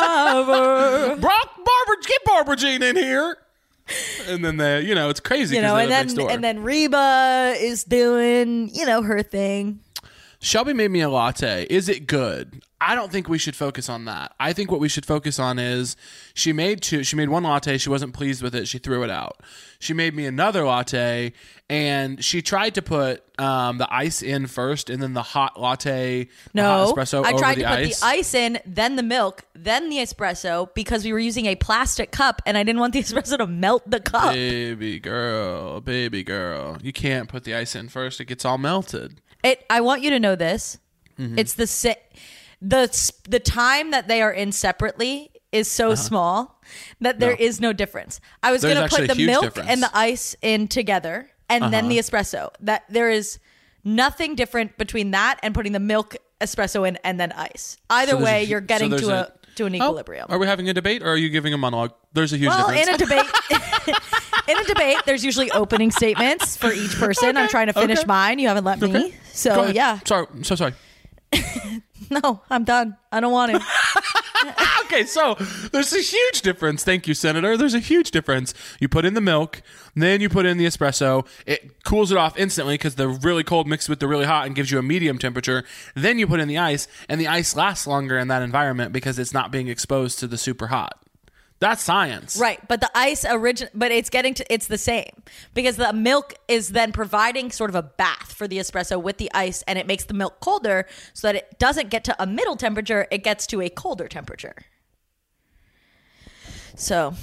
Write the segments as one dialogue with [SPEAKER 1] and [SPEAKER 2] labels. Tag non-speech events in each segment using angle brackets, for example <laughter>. [SPEAKER 1] survivor.
[SPEAKER 2] Brock, Barber, get Barbara Jean in here. And then they, you know, it's crazy.
[SPEAKER 1] <laughs> you
[SPEAKER 2] 'cause
[SPEAKER 1] know,
[SPEAKER 2] they
[SPEAKER 1] and
[SPEAKER 2] live next
[SPEAKER 1] then
[SPEAKER 2] door.
[SPEAKER 1] and then Reba is doing, you know, her thing.
[SPEAKER 2] Shelby made me a latte. Is it good? I don't think we should focus on that. I think what we should focus on is she made two she made one latte, she wasn't pleased with it, she threw it out. She made me another latte and she tried to put um, the ice in first and then the hot latte the hot
[SPEAKER 1] No,
[SPEAKER 2] espresso
[SPEAKER 1] I
[SPEAKER 2] over
[SPEAKER 1] tried
[SPEAKER 2] the
[SPEAKER 1] to put
[SPEAKER 2] ice.
[SPEAKER 1] the ice in, then the milk, then the espresso because we were using a plastic cup and I didn't want the <laughs> espresso to melt the cup.
[SPEAKER 2] Baby girl, baby girl. You can't put the ice in first. It gets all melted.
[SPEAKER 1] It. I want you to know this.
[SPEAKER 2] Mm-hmm.
[SPEAKER 1] It's the si- the s- the time that they are in separately is so small that there
[SPEAKER 2] Uh-huh. No.
[SPEAKER 1] is no. difference. I was
[SPEAKER 2] There's
[SPEAKER 1] going to
[SPEAKER 2] actually
[SPEAKER 1] put
[SPEAKER 2] a
[SPEAKER 1] the
[SPEAKER 2] huge
[SPEAKER 1] milk
[SPEAKER 2] difference. Uh-huh.
[SPEAKER 1] and the ice in together, and then the espresso. That there is nothing different between that and putting the milk espresso in and then ice. Either
[SPEAKER 2] So there's a
[SPEAKER 1] way,
[SPEAKER 2] hu-
[SPEAKER 1] you're getting
[SPEAKER 2] so there's
[SPEAKER 1] to a, to an
[SPEAKER 2] Oh,
[SPEAKER 1] equilibrium.
[SPEAKER 2] are we having a debate or are you giving a monologue? There's a huge
[SPEAKER 1] Well,
[SPEAKER 2] difference.
[SPEAKER 1] in a debate,
[SPEAKER 2] <laughs>
[SPEAKER 1] <laughs> in a debate, there's usually opening statements for each person. I'm trying to finish
[SPEAKER 2] okay.
[SPEAKER 1] mine. You haven't let me,
[SPEAKER 2] Go
[SPEAKER 1] so
[SPEAKER 2] ahead.
[SPEAKER 1] yeah.
[SPEAKER 2] Sorry, I'm so sorry.
[SPEAKER 1] <laughs> No, I'm done. I don't want to.
[SPEAKER 2] Ah, Okay, so there's a huge difference. Thank you, Senator. There's a huge difference. You put in the milk, then you put in the espresso. It cools it off instantly because the really cold mixed with the really hot and gives you a medium temperature. Then you put in the ice, and the ice lasts longer in that environment because it's not being exposed to the super hot. That's science.
[SPEAKER 1] right, but the ice origin, but it's getting to it's the same because the milk is then providing sort of a bath for the espresso with the ice, and it makes the milk colder so that it doesn't get to a middle temperature; it gets to a colder temperature. So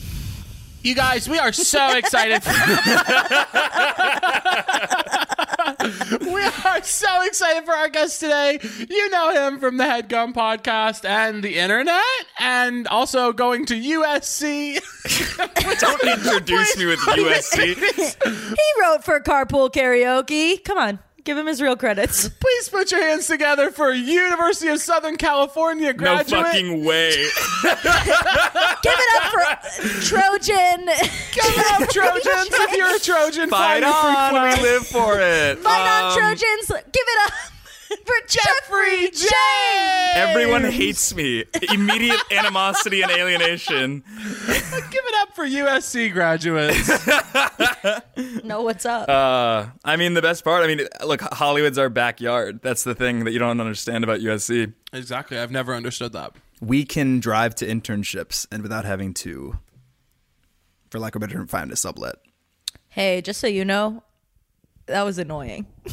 [SPEAKER 2] You guys, we are so excited. we are so excited for our guest today. You know him from the Headgum podcast and the internet, and also going to USC.
[SPEAKER 3] Don't <laughs> introduce me
[SPEAKER 2] <laughs>
[SPEAKER 3] with USC.
[SPEAKER 1] he wrote for Carpool Karaoke. Come on, give him his real credits.
[SPEAKER 2] Please put your hands together for University of Southern California
[SPEAKER 3] No
[SPEAKER 2] graduate.
[SPEAKER 3] fucking way.
[SPEAKER 1] give it up for Trojan.
[SPEAKER 2] Give it up, Trojans! if you're a Trojan,
[SPEAKER 3] Fight
[SPEAKER 2] find a freak
[SPEAKER 3] on.
[SPEAKER 2] woman.
[SPEAKER 3] We live for it.
[SPEAKER 1] Fight on,
[SPEAKER 3] Um,
[SPEAKER 1] Trojans. Give it up for Jeffrey James.
[SPEAKER 3] Everyone hates me. Immediate animosity and alienation.
[SPEAKER 2] Give it up for USC graduates.
[SPEAKER 1] No, what's up?
[SPEAKER 3] Uh, I mean, the best part, I mean, look, Hollywood's our backyard. That's the thing that you don't understand about USC.
[SPEAKER 2] <laughs> exactly. I've never understood that.
[SPEAKER 4] we can drive to internships and without having to, for lack of a better term, find a sublet.
[SPEAKER 1] hey, just so you know, that was annoying. <laughs>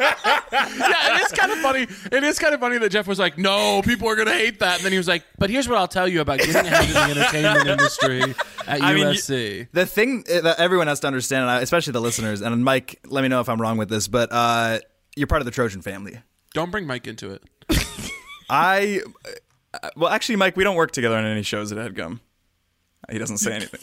[SPEAKER 2] yeah, it is kind of funny. It is kind of funny that Jeff was like, "No, people are gonna hate that," and then he was like, "But here's what I'll tell you about getting ahead in the entertainment industry at
[SPEAKER 3] I mean,
[SPEAKER 2] USC."
[SPEAKER 4] The thing that everyone has to understand, and I- especially the listeners, and Mike, let me know if I'm wrong with this, but uh, you're part of the Trojan family.
[SPEAKER 2] Don't bring Mike into it.
[SPEAKER 3] I, uh, well, actually, Mike, we don't work together on any shows at HeadGum. He doesn't say anything.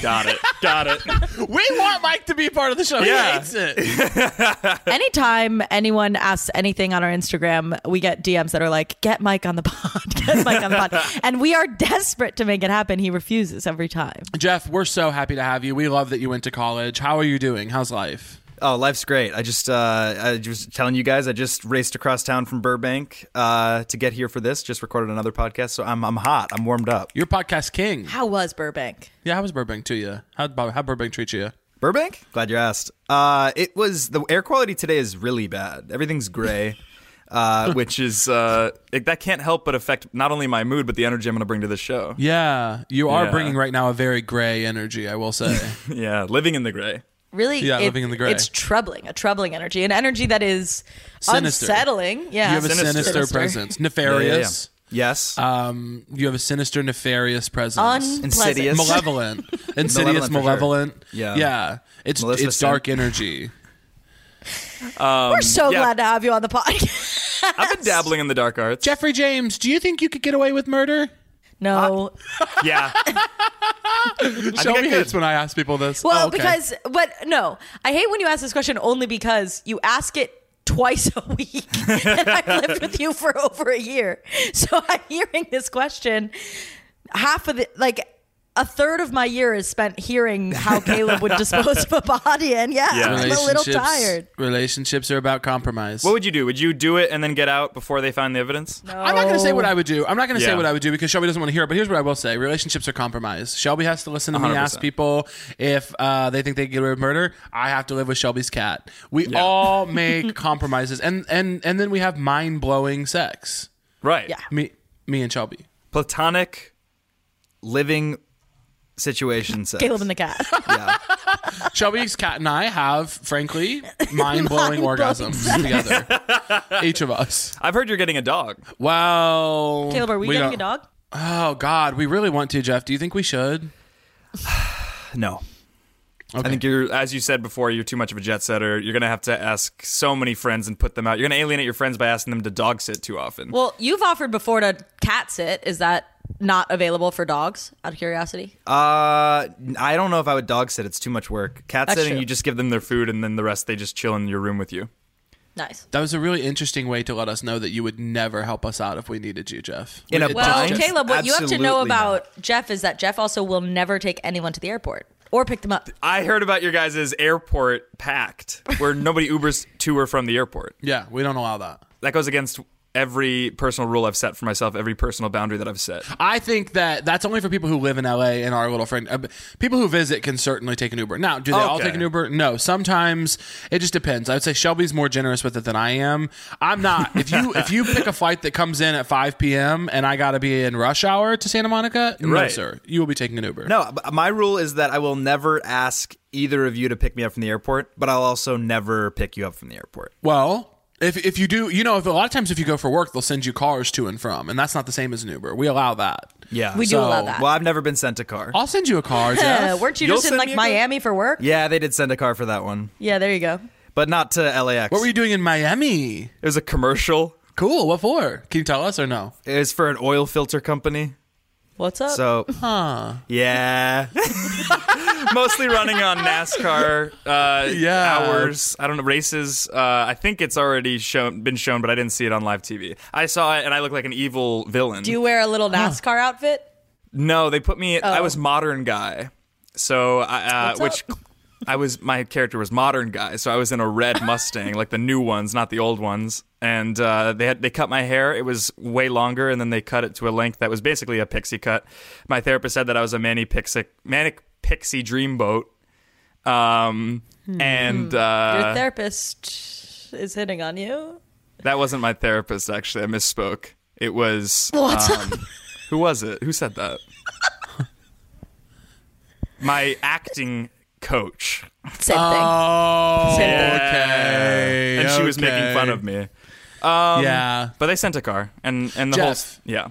[SPEAKER 3] <laughs> Got it. Got it.
[SPEAKER 2] We want Mike to be part of the show.
[SPEAKER 3] Yeah.
[SPEAKER 2] He hates it.
[SPEAKER 1] Anytime anyone asks anything on our Instagram, we get DMs that are like, "Get Mike on the pod, <laughs> get Mike on the pod,"
[SPEAKER 2] <laughs>
[SPEAKER 1] and we are desperate to make it happen. He refuses every time.
[SPEAKER 2] <laughs> Jeff, we're so happy to have you. We love that you went to college. How are you doing? How's life?
[SPEAKER 4] Oh, life's great. I just, uh, I was telling you guys, I just raced across town from Burbank uh, to get here for this. Just recorded another podcast, so I'm, I'm hot. I'm warmed up.
[SPEAKER 2] You're podcast king.
[SPEAKER 1] How was Burbank?
[SPEAKER 2] Yeah, how was Burbank to you? How how Burbank treat you?
[SPEAKER 4] Burbank? Glad you asked. Uh, it was the air quality today is really bad. Everything's
[SPEAKER 3] <laughs>
[SPEAKER 4] gray, uh, which
[SPEAKER 3] Which is uh, it, that can't help but affect not only my mood but the energy I'm going to bring to this show.
[SPEAKER 2] Yeah, you are
[SPEAKER 3] Yeah.
[SPEAKER 2] bringing right now a very gray energy. I will
[SPEAKER 1] <laughs>
[SPEAKER 2] say.
[SPEAKER 3] <laughs> Yeah, living in the gray.
[SPEAKER 1] Really,
[SPEAKER 2] Yeah, living in the gray.
[SPEAKER 1] It's troubling, a troubling energy, an energy that is
[SPEAKER 2] Sinister.
[SPEAKER 1] unsettling. Yeah,
[SPEAKER 2] you have a
[SPEAKER 3] Sinister.
[SPEAKER 2] sinister,
[SPEAKER 1] Sinister.
[SPEAKER 2] presence, nefarious.
[SPEAKER 4] yes,
[SPEAKER 2] Um, you have a sinister, nefarious presence,
[SPEAKER 1] unpleasant.
[SPEAKER 4] Insidious.
[SPEAKER 2] <laughs> malevolent, insidious,
[SPEAKER 4] Malevolent for sure.
[SPEAKER 2] malevolent.
[SPEAKER 4] Yeah.
[SPEAKER 2] yeah. It's
[SPEAKER 4] Maleficent.
[SPEAKER 2] it's dark energy.
[SPEAKER 1] We're so
[SPEAKER 3] yeah.
[SPEAKER 1] glad to have you on the <laughs> pod.
[SPEAKER 3] I've been dabbling in the dark
[SPEAKER 2] <laughs>
[SPEAKER 3] arts.
[SPEAKER 2] Jeffrey James, do you think you could get away with murder?
[SPEAKER 1] no, <laughs>
[SPEAKER 3] Yeah.
[SPEAKER 2] Shelby
[SPEAKER 3] could.
[SPEAKER 2] hates when I ask people this.
[SPEAKER 1] Well,
[SPEAKER 2] Oh, okay.
[SPEAKER 1] because but no, I hate when you ask this question only because you ask it twice a <laughs> week, and I've lived with you for over a year, so <laughs> I'm hearing this question. Half of the like. A third of my year is spent hearing how Caleb would dispose of a body, and yeah,
[SPEAKER 3] Yeah.
[SPEAKER 1] I'm a little
[SPEAKER 2] Relationships-
[SPEAKER 1] tired.
[SPEAKER 2] Relationships are about compromise.
[SPEAKER 3] what would you do? Would you do it and then get out before they find the evidence?
[SPEAKER 2] I'm not going to say
[SPEAKER 1] Oh.
[SPEAKER 2] what I would do. I'm not going to say
[SPEAKER 3] Yeah.
[SPEAKER 2] what I would do because Shelby doesn't want to hear it. But here's what I will say: relationships are compromised. Shelby has to listen to me
[SPEAKER 3] 100%.
[SPEAKER 2] ask people if uh, they think they can get away with murder. I have to live with Shelby's cat. We <laughs> all make compromises, and and and then we have mind blowing sex.
[SPEAKER 3] Right.
[SPEAKER 1] Yeah.
[SPEAKER 2] Me, me and Shelby.
[SPEAKER 3] Platonic.
[SPEAKER 4] living
[SPEAKER 1] <laughs>
[SPEAKER 4] situation. Sex.
[SPEAKER 1] Caleb and the cat.
[SPEAKER 2] Shelby's cat and I have, frankly, mind blowing orgasms together. Each of us.
[SPEAKER 3] I've heard you're getting a dog.
[SPEAKER 2] Well,
[SPEAKER 1] Caleb, are we,
[SPEAKER 2] don't-
[SPEAKER 1] getting a dog?
[SPEAKER 2] Oh God, we really want to, Jeff. Do you think we should?
[SPEAKER 4] no,
[SPEAKER 3] I think you're, as you said before, you're too much of a jet setter. You're gonna have to ask so many friends and put them out. You're gonna alienate your friends by asking them to dog sit too often.
[SPEAKER 1] Well, you've offered before to cat sit. Is that not available for dogs? Out of curiosity,
[SPEAKER 4] uh, I don't know if I would dog sit. It's too much work. Cat
[SPEAKER 1] That's
[SPEAKER 4] sitting,
[SPEAKER 1] true.
[SPEAKER 4] you
[SPEAKER 3] you
[SPEAKER 4] just
[SPEAKER 3] just give them their food, and then the rest they just chill in your room with you.
[SPEAKER 1] nice.
[SPEAKER 2] That was a really interesting way to let us know that you would never help us out if we needed you, Jeff.
[SPEAKER 4] In a
[SPEAKER 2] It-
[SPEAKER 1] Well,
[SPEAKER 4] Just
[SPEAKER 1] Caleb, what you have to know
[SPEAKER 4] absolutely
[SPEAKER 1] about Jeff is that Jeff also will never take anyone to the airport or pick them up.
[SPEAKER 3] I heard about your guys' airport pact, where nobody Ubers to or from the airport.
[SPEAKER 2] yeah, we don't allow that.
[SPEAKER 3] That goes against every personal rule I've set for myself, every personal boundary that I've set.
[SPEAKER 2] I think that that's only for people who live in LA and are a little friend. Uh, people who visit can certainly take an Uber. Now, do they all
[SPEAKER 3] Okay.
[SPEAKER 2] take an Uber? No. Sometimes it just depends. I would say Shelby's more generous with it than I am. I'm not. If you if you pick a flight that comes in at 5 p.m. and I got to be in rush hour to Santa Monica, no,
[SPEAKER 3] Right.
[SPEAKER 2] sir, you will be taking an Uber.
[SPEAKER 4] no. but My rule is that I will never ask either of you to pick me up from the airport, but I'll also never pick you up from the airport.
[SPEAKER 2] Well, if if you do, you know, if a lot of times if you go for work, they'll send you cars to and from, and that's not the same as an Uber. We allow that.
[SPEAKER 4] Yeah,
[SPEAKER 1] We do
[SPEAKER 2] So-
[SPEAKER 1] allow that.
[SPEAKER 4] Well, I've never been sent a car.
[SPEAKER 2] I'll send you a car, Jeff.
[SPEAKER 1] Uh, weren't you
[SPEAKER 3] You'll
[SPEAKER 1] just in
[SPEAKER 3] send
[SPEAKER 1] like
[SPEAKER 3] me a
[SPEAKER 1] Miami for work?
[SPEAKER 4] Yeah, they did send a car for that one,
[SPEAKER 1] Yeah, there you go.
[SPEAKER 4] but not to LAX.
[SPEAKER 2] what were you doing in Miami?
[SPEAKER 3] It was a commercial.
[SPEAKER 2] Cool. What for? Can you tell us or no?
[SPEAKER 4] It was for an oil filter company.
[SPEAKER 1] What's up?
[SPEAKER 4] So, yeah,
[SPEAKER 3] <laughs> mostly running on NASCAR uh,
[SPEAKER 2] Yeah.
[SPEAKER 3] hours. I don't know races. Uh, I think it's already shown, been shown, but I didn't see it on live TV. I saw it, and I look like an evil villain.
[SPEAKER 1] Do you wear a little NASCAR outfit?
[SPEAKER 3] no, they put me. I was modern guy, so I, uh,
[SPEAKER 1] Oh. What's
[SPEAKER 3] which
[SPEAKER 1] up?
[SPEAKER 3] I was. My character was modern guy, so I was in a red Mustang, like the new ones, not the old ones. And uh, they had they cut my hair. It was way longer, and then they cut it to a length that was basically a pixie cut. My therapist said that I was a manic pixie manic pixie dreamboat. Um,
[SPEAKER 1] Hmm.
[SPEAKER 3] and
[SPEAKER 1] Your
[SPEAKER 3] uh,
[SPEAKER 1] therapist is hitting on you.
[SPEAKER 3] that wasn't my therapist. Actually, I misspoke. It was um, Who was it? Who said that? my acting coach.
[SPEAKER 1] Same
[SPEAKER 2] Uh, Oh,
[SPEAKER 1] Same thing.
[SPEAKER 2] okay.
[SPEAKER 3] and she was
[SPEAKER 2] okay. Um,
[SPEAKER 3] making fun of me.
[SPEAKER 2] yeah.
[SPEAKER 3] But they sent a car, and and the
[SPEAKER 2] Jeff.
[SPEAKER 3] whole yeah.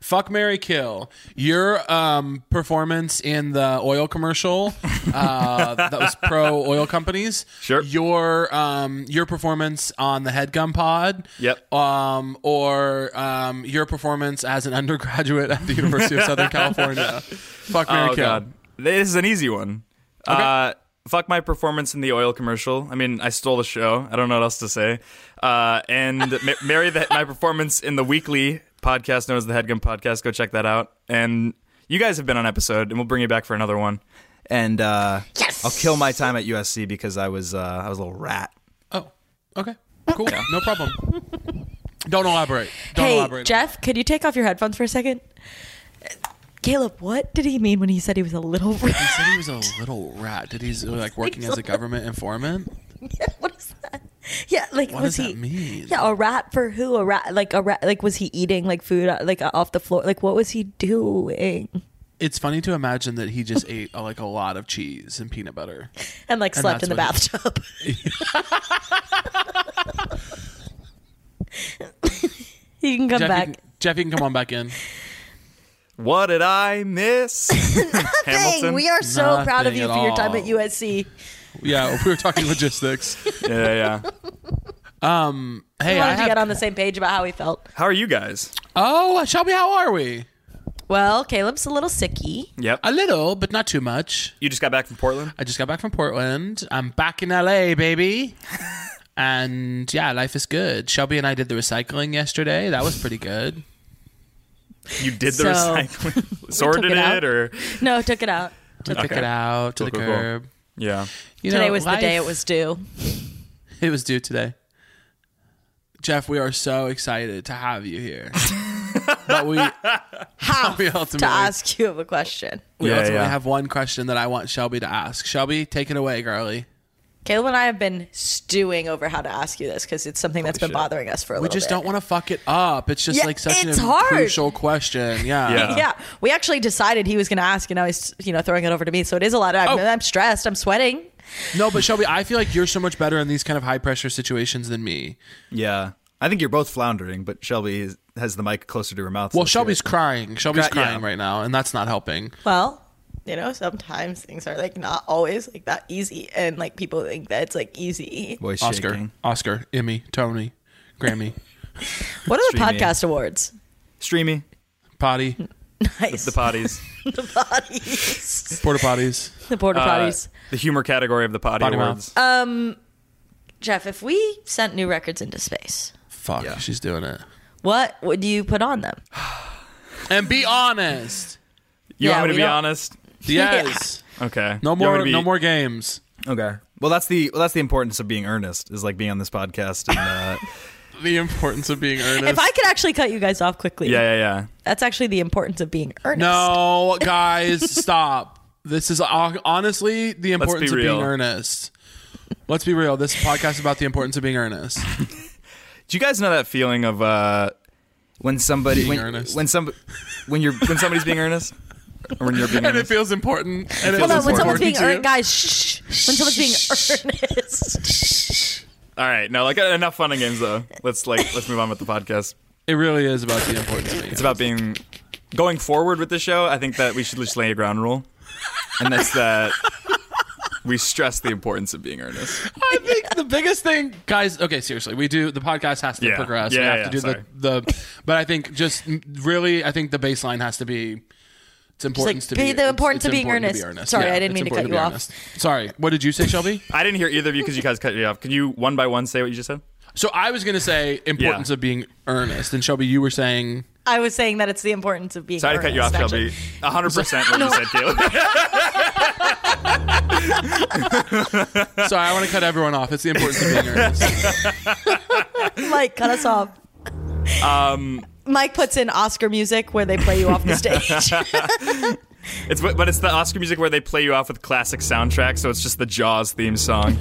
[SPEAKER 2] Fuck Mary Kill. Your um, performance in the oil commercial uh, that was pro oil companies.
[SPEAKER 3] Sure.
[SPEAKER 2] Your um, your performance on the Headgum Pod.
[SPEAKER 3] Yep.
[SPEAKER 2] Um,
[SPEAKER 3] <laughs>
[SPEAKER 2] or um, your performance as an undergraduate at the University of Southern California. Fuck Mary
[SPEAKER 3] oh,
[SPEAKER 2] Kill.
[SPEAKER 3] God. This is an easy one. Uh, fuck my performance in the oil commercial. I mean, I stole the show. I don't know what else to say. Uh,
[SPEAKER 4] <laughs>
[SPEAKER 3] and ma- marry the, my performance in the weekly podcast known as the Headgum Podcast. Go check that out. And you guys have been on episode, and we'll bring you back for another one.
[SPEAKER 4] And uh, I'll kill my time at USC because I was uh, I was a little rat.
[SPEAKER 2] Oh, okay. Cool. No problem. Don't elaborate. Don't
[SPEAKER 1] hey,
[SPEAKER 2] elaborate.
[SPEAKER 1] Jeff, could you take off your headphones for a second? Uh, Caleb, what did he mean when he said he was a little <laughs>
[SPEAKER 2] He said he was a little rat. Did he's like working as a government informant?
[SPEAKER 1] what is that? Yeah, like
[SPEAKER 2] What
[SPEAKER 1] was
[SPEAKER 2] does
[SPEAKER 1] he?
[SPEAKER 2] that mean?
[SPEAKER 1] Yeah, a rat for who? A rat like a rat like was he eating like food uh, like uh, off the floor? Like what was he doing?
[SPEAKER 2] It's funny to imagine that he just <laughs> ate uh, like a lot of cheese and peanut butter.
[SPEAKER 1] And like slept in
[SPEAKER 2] that's
[SPEAKER 1] the
[SPEAKER 2] what
[SPEAKER 1] bathtub. <laughs> you can come
[SPEAKER 2] Jeff,
[SPEAKER 1] back.
[SPEAKER 2] You can, Jeff, you can come on back in.
[SPEAKER 3] What did I miss? Hamilton.
[SPEAKER 1] Dang, we are so proud of
[SPEAKER 2] Nothing
[SPEAKER 1] you
[SPEAKER 2] at
[SPEAKER 1] for your time
[SPEAKER 2] all.
[SPEAKER 1] at USC.
[SPEAKER 2] Yeah, we were talking
[SPEAKER 1] <laughs>
[SPEAKER 2] logistics.
[SPEAKER 3] yeah, yeah.
[SPEAKER 2] Um, hey,
[SPEAKER 1] We
[SPEAKER 2] I
[SPEAKER 1] wanted to
[SPEAKER 2] have,
[SPEAKER 1] get on the same page about how he felt.
[SPEAKER 3] How are you guys?
[SPEAKER 2] oh, Shelby, how are we?
[SPEAKER 1] Well, Caleb's a little sicky.
[SPEAKER 3] Yep.
[SPEAKER 2] A little, but not too much.
[SPEAKER 3] You just got back from Portland.
[SPEAKER 2] I just got back from Portland. I'm back in LA,
[SPEAKER 1] <laughs>
[SPEAKER 2] baby. And yeah, life is good. Shelby and I did the recycling yesterday. That was pretty good.
[SPEAKER 3] You did
[SPEAKER 1] So-
[SPEAKER 3] the
[SPEAKER 1] <laughs>
[SPEAKER 3] recycling, sorted
[SPEAKER 1] it
[SPEAKER 3] it,
[SPEAKER 1] out.
[SPEAKER 3] or
[SPEAKER 1] No, took it out.
[SPEAKER 2] To took
[SPEAKER 3] Okay.
[SPEAKER 2] it out to
[SPEAKER 3] Cool,
[SPEAKER 2] the
[SPEAKER 3] cool, cool.
[SPEAKER 2] curb.
[SPEAKER 3] yeah.
[SPEAKER 2] You
[SPEAKER 1] Today
[SPEAKER 2] know,
[SPEAKER 1] was the day
[SPEAKER 2] life-
[SPEAKER 1] it was due.
[SPEAKER 2] It was due today. Jeff, we are so excited to have you
[SPEAKER 1] <laughs>
[SPEAKER 2] here. but we,
[SPEAKER 1] How
[SPEAKER 2] we
[SPEAKER 1] to
[SPEAKER 2] ultimately,
[SPEAKER 1] ask you of a question.
[SPEAKER 2] we
[SPEAKER 3] Yeah,
[SPEAKER 2] ultimately
[SPEAKER 3] yeah.
[SPEAKER 2] have one question that I want Shelby to ask. Shelby, take it away, girly.
[SPEAKER 1] Caleb and I have been stewing over how to ask you this because it's something that's been bothering us for a
[SPEAKER 2] We
[SPEAKER 1] little
[SPEAKER 2] just
[SPEAKER 1] bit.
[SPEAKER 2] don't want to fuck it up. It's just
[SPEAKER 1] Yeah,
[SPEAKER 2] like such
[SPEAKER 1] it's
[SPEAKER 2] an
[SPEAKER 1] hard.
[SPEAKER 2] crucial question. Yeah.
[SPEAKER 3] <laughs> Yeah.
[SPEAKER 1] Yeah, we actually decided he was going to ask, and now he's you know throwing it over to me. So it is a lot. Of, I'm,
[SPEAKER 2] Oh.
[SPEAKER 1] I'm stressed. I'm sweating.
[SPEAKER 2] No, but Shelby, I feel like you're so much better in these kind of high pressure situations than me.
[SPEAKER 4] Yeah, I think you're both floundering, but Shelby is, has the mic closer to her mouth. so
[SPEAKER 2] Well,
[SPEAKER 4] let's hear
[SPEAKER 2] Shelby's
[SPEAKER 4] it.
[SPEAKER 2] crying. Shelby's
[SPEAKER 4] Cry- yeah.
[SPEAKER 2] crying right now, and that's not helping.
[SPEAKER 1] Well, you know, sometimes things are like not always like that easy, and like people think that it's like easy.
[SPEAKER 4] voice
[SPEAKER 2] Oscar,
[SPEAKER 4] shaking.
[SPEAKER 2] Oscar, Emmy, Tony,
[SPEAKER 1] <laughs>
[SPEAKER 2] Grammy,
[SPEAKER 1] What are the
[SPEAKER 4] Streaming.
[SPEAKER 1] podcast awards? <laughs>
[SPEAKER 4] Streamy
[SPEAKER 2] potty,
[SPEAKER 1] Nice.
[SPEAKER 3] The potties.
[SPEAKER 1] <laughs> The potties.
[SPEAKER 2] porta potties.
[SPEAKER 1] the border
[SPEAKER 3] Uh,
[SPEAKER 1] potties. Uh,
[SPEAKER 3] the humor category of the potty,
[SPEAKER 2] Potty
[SPEAKER 3] awards.
[SPEAKER 1] Um, Jeff, if we sent new records into space,
[SPEAKER 2] Fuck, she's doing it.
[SPEAKER 1] what would you put on them?
[SPEAKER 2] And be <laughs> honest.
[SPEAKER 3] You
[SPEAKER 1] Yeah,
[SPEAKER 3] want me
[SPEAKER 1] we
[SPEAKER 3] to be
[SPEAKER 1] don't-
[SPEAKER 3] honest?
[SPEAKER 2] Yes.
[SPEAKER 3] Okay.
[SPEAKER 2] No
[SPEAKER 3] You want me
[SPEAKER 2] more.
[SPEAKER 3] to be-
[SPEAKER 2] No more games.
[SPEAKER 4] Okay. Well, that's the well, that's the importance of being earnest is like being on this podcast and uh,
[SPEAKER 2] The importance of being earnest.
[SPEAKER 1] If I could actually cut you guys off quickly,
[SPEAKER 3] <laughs> Yeah, yeah, yeah.
[SPEAKER 1] that's actually the importance of being earnest.
[SPEAKER 2] no,
[SPEAKER 1] <laughs>
[SPEAKER 2] guys, stop. This is uh, honestly the
[SPEAKER 3] be
[SPEAKER 2] importance of being
[SPEAKER 3] real.
[SPEAKER 2] earnest. Let's be real. This podcast is about the importance of being earnest.
[SPEAKER 3] Do you guys know that feeling of uh,
[SPEAKER 4] when somebody
[SPEAKER 2] Being
[SPEAKER 4] when
[SPEAKER 2] earnest.
[SPEAKER 4] when some when you're when somebody's being earnest or when you're being
[SPEAKER 2] <laughs> And <laughs> it
[SPEAKER 4] earnest.
[SPEAKER 2] feels important. And it
[SPEAKER 1] Hold on,
[SPEAKER 2] feels
[SPEAKER 1] when someone's
[SPEAKER 2] important
[SPEAKER 1] being
[SPEAKER 2] to you.
[SPEAKER 1] earnest, guys, shh, shh. When someone's being earnest,
[SPEAKER 3] all right? No, like uh, enough fun and games though. Let's like let's move on with the podcast.
[SPEAKER 2] It really is about the importance of being
[SPEAKER 3] It's about being going forward with the show. I think that we should just lay a ground rule, and that's that we stress the importance of being earnest.
[SPEAKER 2] I think the biggest thing, guys. Okay, seriously, we do the podcast has to
[SPEAKER 3] Yeah.
[SPEAKER 2] progress. we
[SPEAKER 3] Yeah,
[SPEAKER 2] have
[SPEAKER 3] yeah,
[SPEAKER 2] to do
[SPEAKER 3] sorry.
[SPEAKER 2] the the. But I think just really, I think the baseline has to be. It's important
[SPEAKER 1] like,
[SPEAKER 2] to
[SPEAKER 1] be
[SPEAKER 2] be,
[SPEAKER 1] the
[SPEAKER 2] it's-
[SPEAKER 1] importance
[SPEAKER 2] it's
[SPEAKER 1] of being
[SPEAKER 2] important
[SPEAKER 1] earnest. Sorry, I didn't
[SPEAKER 2] it's
[SPEAKER 1] mean to cut
[SPEAKER 2] important
[SPEAKER 1] you
[SPEAKER 2] be
[SPEAKER 1] off.
[SPEAKER 2] earnest. Sorry, what did you say, Shelby?
[SPEAKER 3] I didn't hear either of you because you guys cut me off. Could you one by one say what you just said?
[SPEAKER 2] <laughs> So I was going to say importance
[SPEAKER 3] Yeah.
[SPEAKER 2] of being earnest, and Shelby, you were <laughs> saying
[SPEAKER 1] I was saying that it's the importance of being.
[SPEAKER 3] Sorry to
[SPEAKER 1] earnest,
[SPEAKER 3] cut you off,
[SPEAKER 1] actually.
[SPEAKER 3] Shelby. hundred percent what you said, Caleb.
[SPEAKER 2] sorry. I want to cut everyone off. It's the importance of being <laughs> earnest.
[SPEAKER 1] Mike, cut us off. Um, Mike puts in Oscar music where they play you off the stage.
[SPEAKER 3] <laughs> It's but but it's the Oscar music where they play you off with classic soundtracks, so it's just the Jaws theme song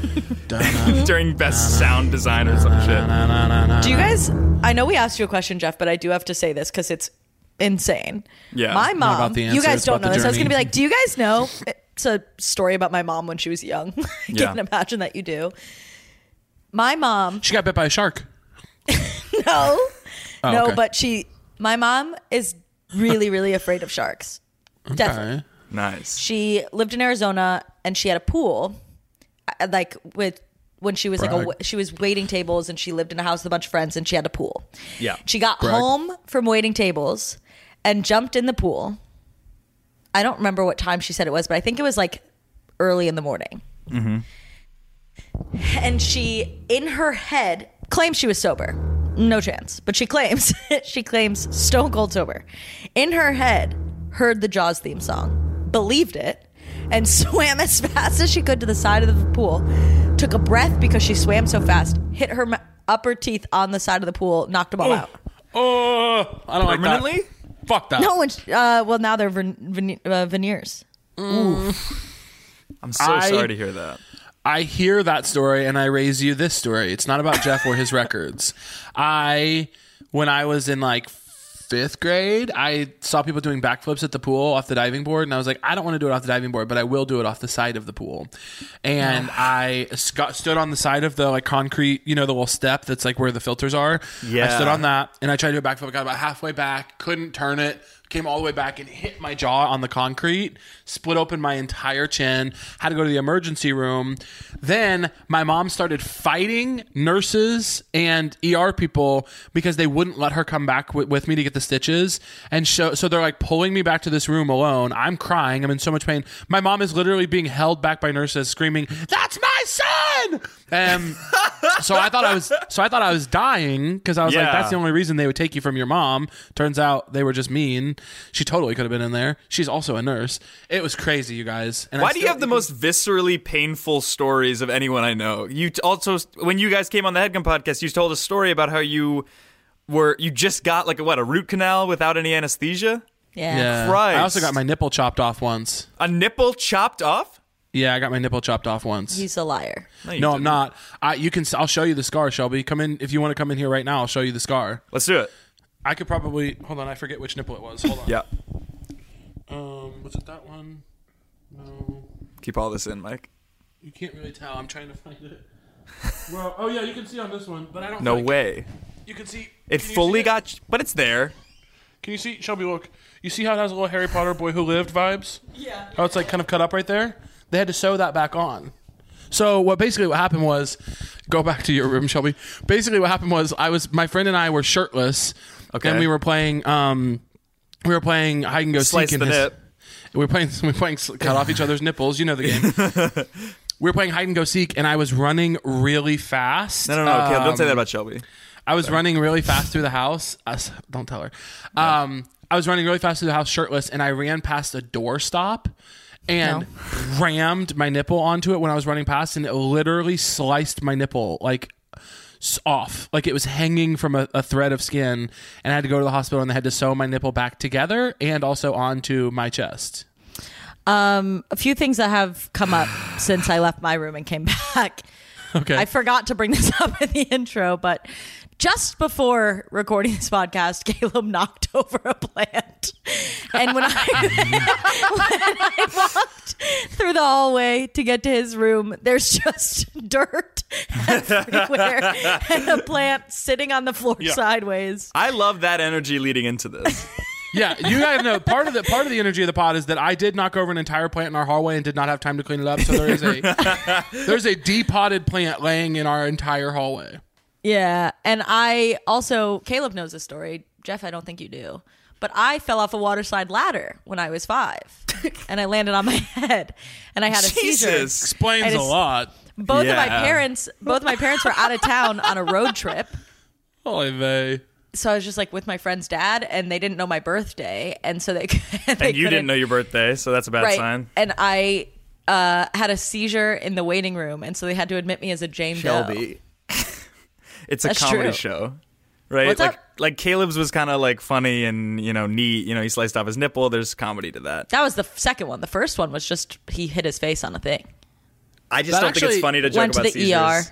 [SPEAKER 3] <laughs> during Best Sound Design or some shit.
[SPEAKER 1] do you guys? I know we asked you a question, Jeff, but I do have to say this because it's insane.
[SPEAKER 3] Yeah,
[SPEAKER 1] my
[SPEAKER 3] not
[SPEAKER 1] mom.
[SPEAKER 2] about the
[SPEAKER 1] you
[SPEAKER 2] answer,
[SPEAKER 1] guys
[SPEAKER 2] it's
[SPEAKER 1] don't
[SPEAKER 2] about
[SPEAKER 1] know
[SPEAKER 2] the
[SPEAKER 1] this. I was
[SPEAKER 2] journey.
[SPEAKER 1] gonna be like, do you guys know? It's a story about my mom when she was young. <laughs> I
[SPEAKER 3] Yeah.
[SPEAKER 1] can't imagine that you do. My mom
[SPEAKER 2] she got bit by a shark.
[SPEAKER 1] No. <laughs> no,
[SPEAKER 2] Oh, okay.
[SPEAKER 1] but she my mom is
[SPEAKER 2] <laughs>
[SPEAKER 1] really really afraid of sharks. Definitely.
[SPEAKER 2] Okay.
[SPEAKER 3] Nice.
[SPEAKER 1] She lived in Arizona and she had a pool uh, like with when she was like a,
[SPEAKER 2] Brag.
[SPEAKER 1] wa- she was waiting tables and she lived in a house with a bunch of friends and she had a pool.
[SPEAKER 3] Yeah.
[SPEAKER 1] She got
[SPEAKER 2] Brag.
[SPEAKER 1] home from waiting tables and jumped in the pool I don't remember what time she said it was, but I think it was like early in the morning. And she, in her head, claims she was sober. No chance. But she claims, <laughs> she claims stone cold sober. In her head, heard the Jaws theme song, believed it, and <laughs> swam as fast as she could to the side of the pool. Took a breath because she swam so fast, hit her m- upper teeth on the side of the pool, knocked them all out.
[SPEAKER 2] Oh, I don't like that.
[SPEAKER 4] Permanently?
[SPEAKER 2] Fuck that.
[SPEAKER 1] <laughs> No, and, uh, well, now they're ven- ven- uh, veneers.
[SPEAKER 3] I'm so
[SPEAKER 2] I-
[SPEAKER 3] sorry to hear that.
[SPEAKER 2] I hear that story and I raise you this story. It's not about Jeff or his records. I, when I was in like fifth grade, I saw people doing backflips at the pool off the diving board, and I was like, I don't want to do it off the diving board, but I will do it off the side of the pool. And I sc- stood on the side of the like concrete, you know, the little step that's like where the filters are. I
[SPEAKER 4] Yeah.
[SPEAKER 2] stood on that and I tried to do a backflip. I got about halfway back, couldn't turn it, came all the way back and hit my jaw on the concrete, split open my entire chin, had to go to the emergency room. Then my mom started fighting nurses and ER people because they wouldn't let her come back with, with me to get the stitches. And so, so they're like pulling me back to this room alone. I'm crying. I'm in so much pain. My mom is literally being held back by nurses screaming, That's my son! Um, so I thought I was so I thought I was dying because I was like,
[SPEAKER 3] Yeah.
[SPEAKER 2] that's the only reason they would take you from your mom. Turns out they were just mean. She totally could have been in there. She's also a nurse. It was crazy, you guys. And I
[SPEAKER 3] Why do you
[SPEAKER 2] still-
[SPEAKER 3] have the most viscerally painful stories of anyone I know? You t- also, when you guys came on the Headgum podcast, you told a story about how you were you just got like what a root canal without any anesthesia,
[SPEAKER 1] Yeah.
[SPEAKER 2] Yeah.
[SPEAKER 3] Christ.
[SPEAKER 2] I also got my nipple chopped off once.
[SPEAKER 3] a nipple chopped off.
[SPEAKER 2] Yeah, I got my nipple chopped off once.
[SPEAKER 1] He's a liar.
[SPEAKER 3] you
[SPEAKER 2] no, I'm
[SPEAKER 3] didn't.
[SPEAKER 2] not. I you can. I'll show you the scar, Shelby. Come in if you want to come in here right now. I'll show you the scar.
[SPEAKER 3] Let's do it.
[SPEAKER 2] I could probably hold on. I forget which nipple it was. Hold on.
[SPEAKER 3] Yeah,
[SPEAKER 2] Um, was it that one? No.
[SPEAKER 3] keep all this in, Mike.
[SPEAKER 2] You can't really tell. I'm trying to find it. <laughs> Well, oh yeah, you can see on this one, but I don't.
[SPEAKER 3] No
[SPEAKER 2] think-
[SPEAKER 3] way.
[SPEAKER 2] You can see.
[SPEAKER 3] It
[SPEAKER 2] can you
[SPEAKER 3] fully
[SPEAKER 2] see
[SPEAKER 3] got, ch- but it's there.
[SPEAKER 2] Can you see Shelby? Look, you see how it has a little Harry Potter boy who lived vibes? Yeah. How it's like kind of cut up right there. They had to sew that back on. So what basically what happened was, go back to your room, Shelby. Basically, what happened was I was my friend and I were shirtless,
[SPEAKER 3] Okay.
[SPEAKER 2] and we were playing. Um, we were playing hide and go
[SPEAKER 3] Slice
[SPEAKER 2] seek. in
[SPEAKER 3] the
[SPEAKER 2] his-
[SPEAKER 3] nip.
[SPEAKER 2] We were playing. <laughs> We were playing sl- cut off each other's nipples. You know the game.
[SPEAKER 3] <laughs>
[SPEAKER 2] we were playing hide and go seek, and I was running really fast.
[SPEAKER 3] No, no, no. Caleb, don't say
[SPEAKER 2] Um,
[SPEAKER 3] that about Shelby.
[SPEAKER 2] I was running really fast through the house. Uh, s- don't tell her. Um, I was running really fast through the house shirtless, and I ran past a door stop and rammed my nipple onto it when I was running past, and it literally sliced my nipple like s- off, like it was hanging from a, a thread of skin. And I had to go to the hospital, and they had to sew my nipple back together and also onto my chest.
[SPEAKER 1] Um, a few things that have come up since I left my room and came <laughs> back.
[SPEAKER 2] Okay.
[SPEAKER 1] I forgot to bring <laughs> this up in the intro, but just before recording this podcast, <laughs> Caleb knocked over a plant. And when I, <laughs> when I walked through the hallway to get to his room, there's just dirt <laughs> everywhere and a plant sitting on the floor sideways.
[SPEAKER 3] I love that energy leading into this.
[SPEAKER 2] yeah, you guys know part of the part of the energy of the pod is that I did knock over an entire plant in our hallway and did not have time to clean it up. So there is a <laughs> there's a depotted plant laying in our entire hallway.
[SPEAKER 1] Yeah. And I also, Caleb knows this story. Jeff, I don't think you do. But I fell off a water slide ladder when I was five
[SPEAKER 3] <laughs>
[SPEAKER 1] and I landed on my head and I <laughs> had a
[SPEAKER 3] Jesus.
[SPEAKER 1] seizure.
[SPEAKER 2] Explains
[SPEAKER 1] And
[SPEAKER 2] a
[SPEAKER 1] it's-
[SPEAKER 2] lot.
[SPEAKER 1] Both of my
[SPEAKER 3] Yeah.
[SPEAKER 1] parents, both of my parents were out of town on a road trip.
[SPEAKER 2] Holy vey.
[SPEAKER 1] So I was just like with my friend's dad and they didn't know my birthday. And so they, <laughs> and
[SPEAKER 3] and you didn't know your birthday, so that's a bad
[SPEAKER 1] right.
[SPEAKER 3] sign.
[SPEAKER 1] And I uh, had a seizure in the waiting room. And so they had to admit me as a Jane Doe.
[SPEAKER 4] Shelby.
[SPEAKER 3] <laughs> It's a
[SPEAKER 1] That's
[SPEAKER 3] comedy
[SPEAKER 1] true.
[SPEAKER 3] show, right?
[SPEAKER 1] What's
[SPEAKER 3] like,
[SPEAKER 1] up?
[SPEAKER 3] like Caleb's was kind of like funny and you know neat. You know, he sliced off his nipple. There's comedy to that.
[SPEAKER 1] That was the f- second one. The first one was just he hit his face on a thing.
[SPEAKER 3] I just
[SPEAKER 2] That
[SPEAKER 3] don't think
[SPEAKER 2] actually
[SPEAKER 3] it's funny to joke
[SPEAKER 1] went to
[SPEAKER 3] about
[SPEAKER 1] the
[SPEAKER 3] seizures.
[SPEAKER 1] ER.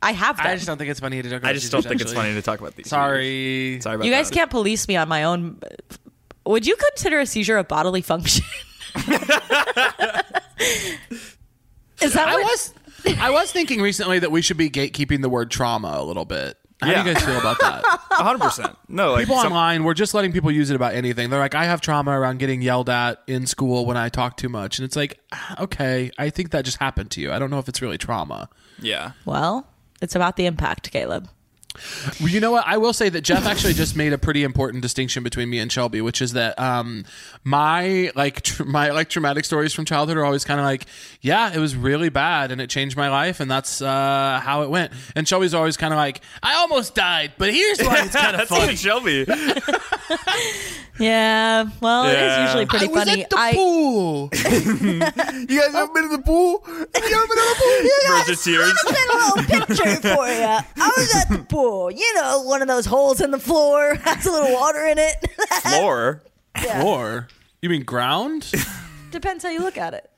[SPEAKER 1] I have them.
[SPEAKER 2] I just don't think it's funny to talk about
[SPEAKER 3] I just don't think it's funny to talk about
[SPEAKER 2] <laughs>
[SPEAKER 3] these.
[SPEAKER 2] Sorry.
[SPEAKER 3] sorry about
[SPEAKER 1] you guys
[SPEAKER 3] that.
[SPEAKER 1] can't police me on my own. Would you consider a seizure a bodily function? <laughs> Is that
[SPEAKER 2] I
[SPEAKER 1] what?
[SPEAKER 2] was I was thinking recently that we should be gatekeeping the word trauma a little bit. How do
[SPEAKER 3] Yeah.
[SPEAKER 2] you guys feel about
[SPEAKER 3] <laughs>
[SPEAKER 2] that?
[SPEAKER 3] 100. percent No, like
[SPEAKER 2] People
[SPEAKER 3] some-
[SPEAKER 2] online, we're just letting people use it about anything. They're like, I have trauma around getting yelled at in school when I talk too much. And it's like, "Ah, okay, I think
[SPEAKER 3] <laughs>
[SPEAKER 2] that just happened to you. I don't know if it's really trauma.
[SPEAKER 3] yeah.
[SPEAKER 1] well, it's about the impact, Caleb.
[SPEAKER 2] Well, You know what? I will say that Jeff actually just made a pretty important distinction between me and Shelby, which is that um, my like tr- my like traumatic stories from childhood are always kind of like, yeah, it was really bad and it changed my life, and that's uh, how it went. And Shelby's always kind of like, I almost died, but here's why
[SPEAKER 1] <laughs>
[SPEAKER 2] it's kind of
[SPEAKER 3] That's
[SPEAKER 2] funny.
[SPEAKER 3] even Shelby.
[SPEAKER 1] Yeah, well, it
[SPEAKER 3] Yeah.
[SPEAKER 1] is usually pretty
[SPEAKER 2] I was
[SPEAKER 1] funny.
[SPEAKER 2] at the
[SPEAKER 1] I,
[SPEAKER 2] pool.
[SPEAKER 4] You guys ever been to the
[SPEAKER 3] <laughs>
[SPEAKER 4] pool? You ever been to the pool?
[SPEAKER 3] Burst of tears.
[SPEAKER 1] a little picture for you. I was at the pool. You know, one of those holes in the floor <laughs> has a little water in it. <laughs>
[SPEAKER 3] Floor.
[SPEAKER 2] <laughs> Or you mean ground?
[SPEAKER 1] Depends how you look at it.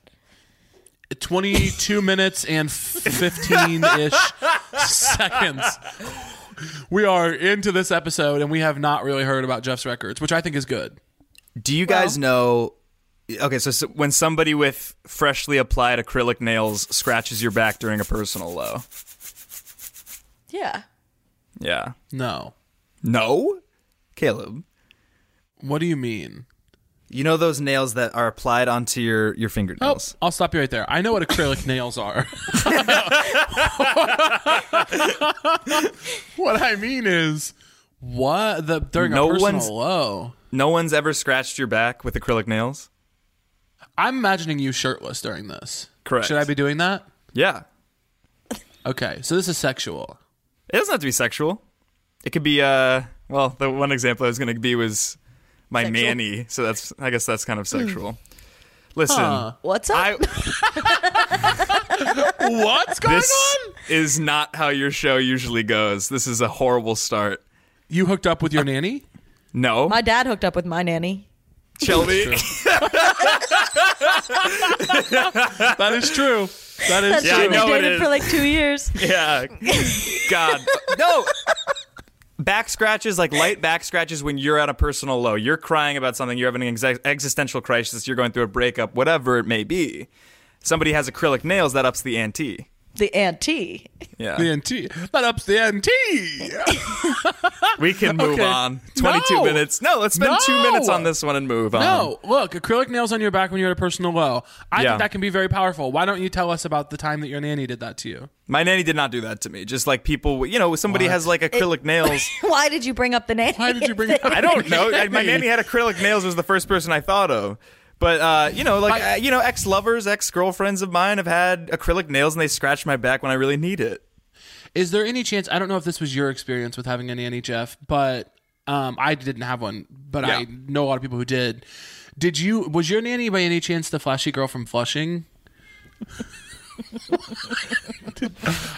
[SPEAKER 2] 22 minutes and 15 ish seconds. We are into this episode, and we have not really heard about Jeff's records, which I think is good.
[SPEAKER 4] Do you guys know? Okay, so, so
[SPEAKER 3] When somebody with freshly applied acrylic nails scratches your back during a personal low.
[SPEAKER 1] Yeah.
[SPEAKER 3] Yeah.
[SPEAKER 2] No.
[SPEAKER 4] no, Caleb.
[SPEAKER 2] What do you mean?
[SPEAKER 4] You know those nails that are applied onto your your
[SPEAKER 2] Oh,
[SPEAKER 4] fingernails.
[SPEAKER 2] I'll stop you right there. I know what acrylic <laughs> nails are. what I mean is, what the during
[SPEAKER 3] No
[SPEAKER 2] a personal
[SPEAKER 3] one's-
[SPEAKER 2] low.
[SPEAKER 3] No one's ever scratched your back with acrylic nails?
[SPEAKER 2] I'm imagining you shirtless during this.
[SPEAKER 3] Correct.
[SPEAKER 2] Should I be doing that?
[SPEAKER 3] Yeah.
[SPEAKER 2] Okay, so this is sexual.
[SPEAKER 3] It doesn't have to be sexual. It could be uh well, the one example I was gonna be was my
[SPEAKER 1] Sexual.
[SPEAKER 3] manny, so that's I guess that's kind of sexual.
[SPEAKER 4] Hmm.
[SPEAKER 3] Listen,
[SPEAKER 2] Huh.
[SPEAKER 1] What's up?
[SPEAKER 3] I
[SPEAKER 2] What's going
[SPEAKER 3] this is not how your show usually goes. This is a horrible start.
[SPEAKER 2] You hooked up with your nanny?
[SPEAKER 3] No,
[SPEAKER 1] My dad hooked up with my nanny.
[SPEAKER 3] Shelby.
[SPEAKER 2] That is true. That is
[SPEAKER 1] That's
[SPEAKER 3] Yeah,
[SPEAKER 1] true.
[SPEAKER 3] I
[SPEAKER 1] We
[SPEAKER 3] know it
[SPEAKER 1] dated
[SPEAKER 3] is.
[SPEAKER 1] for like two years.
[SPEAKER 3] <laughs> yeah, God, no. Back scratches, like light back scratches, when you're at a personal low, you're crying about something, you're having an ex- existential crisis, you're going through a breakup, whatever it may be. Somebody has acrylic nails, that ups the ante.
[SPEAKER 1] The auntie. <laughs>
[SPEAKER 3] Yeah,
[SPEAKER 2] the NT. That ups the NT.
[SPEAKER 3] we can move
[SPEAKER 2] Okay.
[SPEAKER 3] on. 22
[SPEAKER 2] No.
[SPEAKER 3] minutes. No, let's spend two
[SPEAKER 2] No.
[SPEAKER 3] minutes on this one and move on.
[SPEAKER 2] No, look, acrylic nails on your back when you're at a personal low. I
[SPEAKER 3] Yeah.
[SPEAKER 2] think that can be very powerful. Why don't you tell us about the time that your nanny did that to you?
[SPEAKER 3] My nanny did not do that to me. Just like people, you know, somebody has like acrylic nails.
[SPEAKER 1] Why did you bring up the nanny?
[SPEAKER 2] Why did you bring it up?
[SPEAKER 3] I <laughs>
[SPEAKER 2] <laughs>
[SPEAKER 3] don't know. I- My nanny had acrylic nails was the first person I thought of. But uh, you know, like uh, you know, ex lovers, ex girlfriends of mine have had acrylic nails, and they scratch my back when I really need it.
[SPEAKER 2] Is there any chance? I don't know if this was your experience with having a nanny, Jeff, but um, I didn't have one, but I
[SPEAKER 3] Yeah.
[SPEAKER 2] know a lot of people who did. Did you? Was your nanny by any chance the flashy girl from Flushing? <laughs>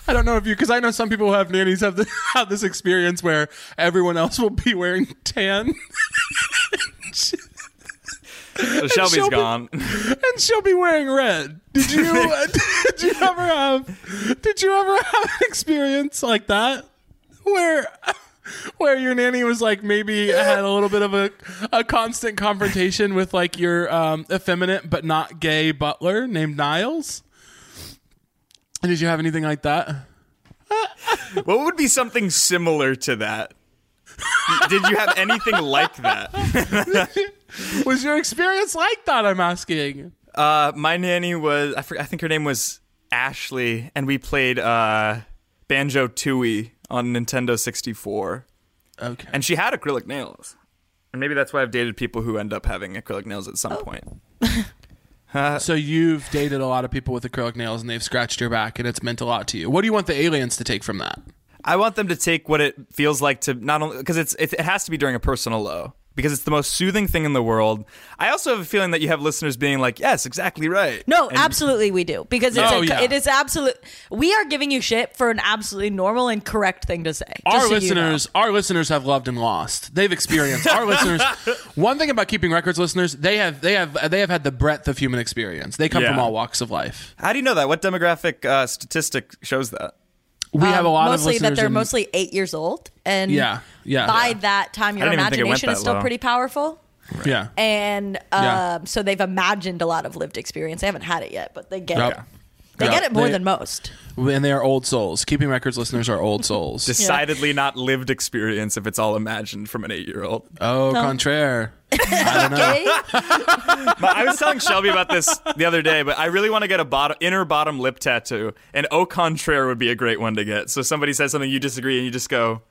[SPEAKER 2] I don't know if you, because I know some people who have nannies have, the, <laughs> have this experience where everyone else will be wearing tan,
[SPEAKER 3] <laughs> So Shelby's
[SPEAKER 2] Shelby-
[SPEAKER 3] gone.
[SPEAKER 2] and she'll be wearing red. Did you? uh, <laughs> did you ever have? Did you ever have an experience like that where? <laughs> Where your nanny was like maybe had a little bit of a, a constant confrontation with like your um, effeminate but not gay butler named Niles. Did you have anything like that?
[SPEAKER 3] what would be something similar to that? Did you have anything like that?
[SPEAKER 2] Was your experience like that? I'm asking.
[SPEAKER 3] Uh, my nanny was I, forg- I think her name was Ashley, and we played uh, Banjo Tooie on Nintendo 64,
[SPEAKER 2] Okay.
[SPEAKER 3] and she had acrylic nails. And maybe that's why I've dated people who end up having acrylic nails at some point.
[SPEAKER 2] So you've dated a lot of people with acrylic nails and they've scratched your back and it's meant a lot to you. What do you want the aliens to take from that?
[SPEAKER 3] I want them to take what it feels like to not only because it's it, it has to be during a personal low because it's the most soothing thing in the world. I also have a feeling that you have listeners being like, "Yes, exactly right."
[SPEAKER 1] <laughs> No,
[SPEAKER 3] And-
[SPEAKER 1] absolutely we do because it's
[SPEAKER 2] Oh,
[SPEAKER 1] a,
[SPEAKER 2] yeah.
[SPEAKER 1] it is absolute. We are giving you shit for an absolutely normal and correct thing to say.
[SPEAKER 2] Our
[SPEAKER 1] just so you know.
[SPEAKER 2] listeners, our listeners have loved and lost. They've experienced. Our
[SPEAKER 1] <laughs>
[SPEAKER 2] listeners, one thing about keeping records, listeners, they have they have they have had the breadth of human experience. They come
[SPEAKER 3] Yeah.
[SPEAKER 2] from all walks of life.
[SPEAKER 3] How do you know that? What demographic uh, statistic shows that?
[SPEAKER 2] We have a lot of
[SPEAKER 1] Um, mostly
[SPEAKER 2] listeners
[SPEAKER 1] that they're
[SPEAKER 2] in-
[SPEAKER 1] mostly eight years old, and
[SPEAKER 2] Yeah, yeah,
[SPEAKER 1] by
[SPEAKER 2] yeah.
[SPEAKER 1] that time your
[SPEAKER 3] didn't even think it went
[SPEAKER 1] imagination is
[SPEAKER 3] that
[SPEAKER 1] still
[SPEAKER 3] low.
[SPEAKER 1] pretty powerful,
[SPEAKER 2] yeah.
[SPEAKER 1] and um,
[SPEAKER 2] Yeah.
[SPEAKER 1] so they've imagined a lot of lived experience. They haven't had it yet, but they get
[SPEAKER 2] Yep.
[SPEAKER 1] it. They
[SPEAKER 2] Yep.
[SPEAKER 1] get it more
[SPEAKER 2] They-
[SPEAKER 1] than most.
[SPEAKER 2] <laughs> and they are old souls. Keeping records listeners are old souls.
[SPEAKER 3] Decidedly not lived experience if it's all imagined from an eight-year-old.
[SPEAKER 2] oh,
[SPEAKER 1] <laughs>
[SPEAKER 2] contraire.
[SPEAKER 1] Okay,
[SPEAKER 3] But I was telling Shelby about this the other day, but I really want to get a bottom inner bottom lip tattoo, and au contraire would be a great one to get. So somebody says something you disagree, and you just go,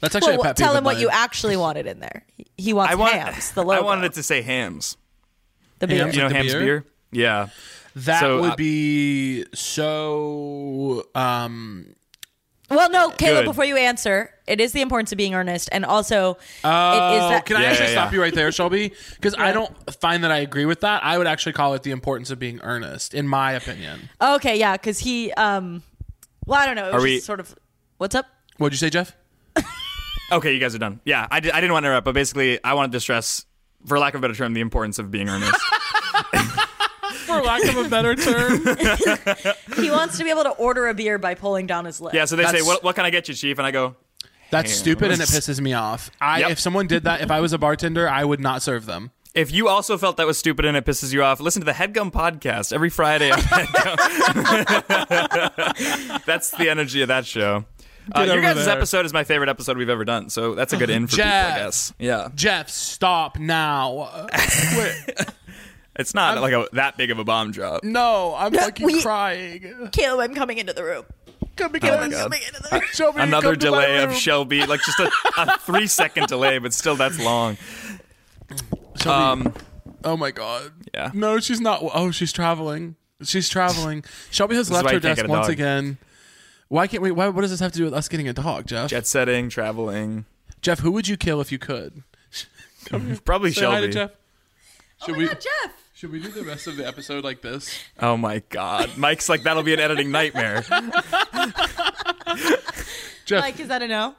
[SPEAKER 2] That's actually
[SPEAKER 1] well,
[SPEAKER 2] a pet peeve
[SPEAKER 1] tell
[SPEAKER 2] of
[SPEAKER 1] him what
[SPEAKER 2] mine.
[SPEAKER 1] you actually wanted in there. He- He wants
[SPEAKER 3] I want,
[SPEAKER 1] hams, the logo,
[SPEAKER 3] I wanted it to say hams.
[SPEAKER 1] the beer.
[SPEAKER 2] Hams.
[SPEAKER 3] You know
[SPEAKER 2] Like the
[SPEAKER 3] hams
[SPEAKER 2] beer?
[SPEAKER 3] beer? Yeah.
[SPEAKER 2] That
[SPEAKER 3] So,
[SPEAKER 2] would
[SPEAKER 3] uh,
[SPEAKER 2] be so. Um,
[SPEAKER 1] Well, no, Caleb,
[SPEAKER 3] Good.
[SPEAKER 1] before you answer, it is the importance of being earnest, and also it is
[SPEAKER 2] oh,
[SPEAKER 1] that
[SPEAKER 2] can I
[SPEAKER 3] Yeah,
[SPEAKER 2] actually
[SPEAKER 3] yeah,
[SPEAKER 2] stop
[SPEAKER 3] yeah.
[SPEAKER 2] you right there, Shelby? Because I don't find that I agree with that. I would actually call it the importance of being earnest, in my opinion.
[SPEAKER 1] Okay, yeah, because he. um Well, I don't know. It was
[SPEAKER 3] Are we-
[SPEAKER 1] just sort of. What's up?
[SPEAKER 2] What'd you say, Jeff?
[SPEAKER 3] Okay, you guys are done. Yeah, I, di- I didn't want to interrupt, but basically, I wanted to stress, for lack of a better term, the importance of being earnest.
[SPEAKER 2] <laughs> For lack of a better term,
[SPEAKER 1] He wants to be able to order a beer by pulling down his lip.
[SPEAKER 3] yeah, so they say,
[SPEAKER 2] That's-
[SPEAKER 3] what, what can I get you, Chief? And I go,
[SPEAKER 2] <laughs> that's
[SPEAKER 3] Hams.
[SPEAKER 2] stupid and it pisses me off. I,
[SPEAKER 3] Yep.
[SPEAKER 2] If someone did that, if I was a bartender, I would not serve them.
[SPEAKER 3] if you also felt that was stupid and it pisses you off, listen to the Headgum podcast every Friday. on Headgum. <laughs> that's the energy of that show. Uh,
[SPEAKER 2] Get
[SPEAKER 3] your
[SPEAKER 2] over
[SPEAKER 3] guys'
[SPEAKER 2] there.
[SPEAKER 3] episode is my favorite episode we've ever done, so that's a good in for people,
[SPEAKER 2] Jeff.
[SPEAKER 3] I guess. Yeah,
[SPEAKER 2] Jeff, stop now.
[SPEAKER 3] <laughs> it's not like a, that big of a bomb drop.
[SPEAKER 2] No, I'm fucking
[SPEAKER 1] we-
[SPEAKER 2] crying.
[SPEAKER 1] Caleb, I'm coming into the room.
[SPEAKER 2] Come
[SPEAKER 3] Oh my
[SPEAKER 2] because
[SPEAKER 3] God.
[SPEAKER 1] Coming into the room.
[SPEAKER 2] Shelby,
[SPEAKER 3] Another
[SPEAKER 2] come to my
[SPEAKER 3] delay of
[SPEAKER 2] room.
[SPEAKER 3] Shelby, like just a, a three second delay, but still that's long.
[SPEAKER 2] Shelby,
[SPEAKER 3] Um,
[SPEAKER 2] Oh my god.
[SPEAKER 3] Yeah.
[SPEAKER 2] No, she's not. Oh, she's traveling. She's traveling.
[SPEAKER 3] <laughs>
[SPEAKER 2] Shelby has
[SPEAKER 3] is
[SPEAKER 2] left
[SPEAKER 3] why
[SPEAKER 2] her
[SPEAKER 3] you can't
[SPEAKER 2] desk
[SPEAKER 3] get a
[SPEAKER 2] once
[SPEAKER 3] dog.
[SPEAKER 2] again. Why can't we? Why, what does this have to do with us getting a dog, Jeff?
[SPEAKER 3] jet setting, traveling.
[SPEAKER 2] <laughs> Jeff, who would you kill if you could?
[SPEAKER 3] Probably
[SPEAKER 2] Say hi to
[SPEAKER 3] Shelby.
[SPEAKER 2] Jeff. Should
[SPEAKER 1] Oh my
[SPEAKER 2] <laughs> we?
[SPEAKER 1] God, Jeff.
[SPEAKER 2] Should we do the rest of the episode like this?
[SPEAKER 3] Oh my God, Mike's like that'll be an editing nightmare.
[SPEAKER 2] Jeff,
[SPEAKER 1] Like, is that a no?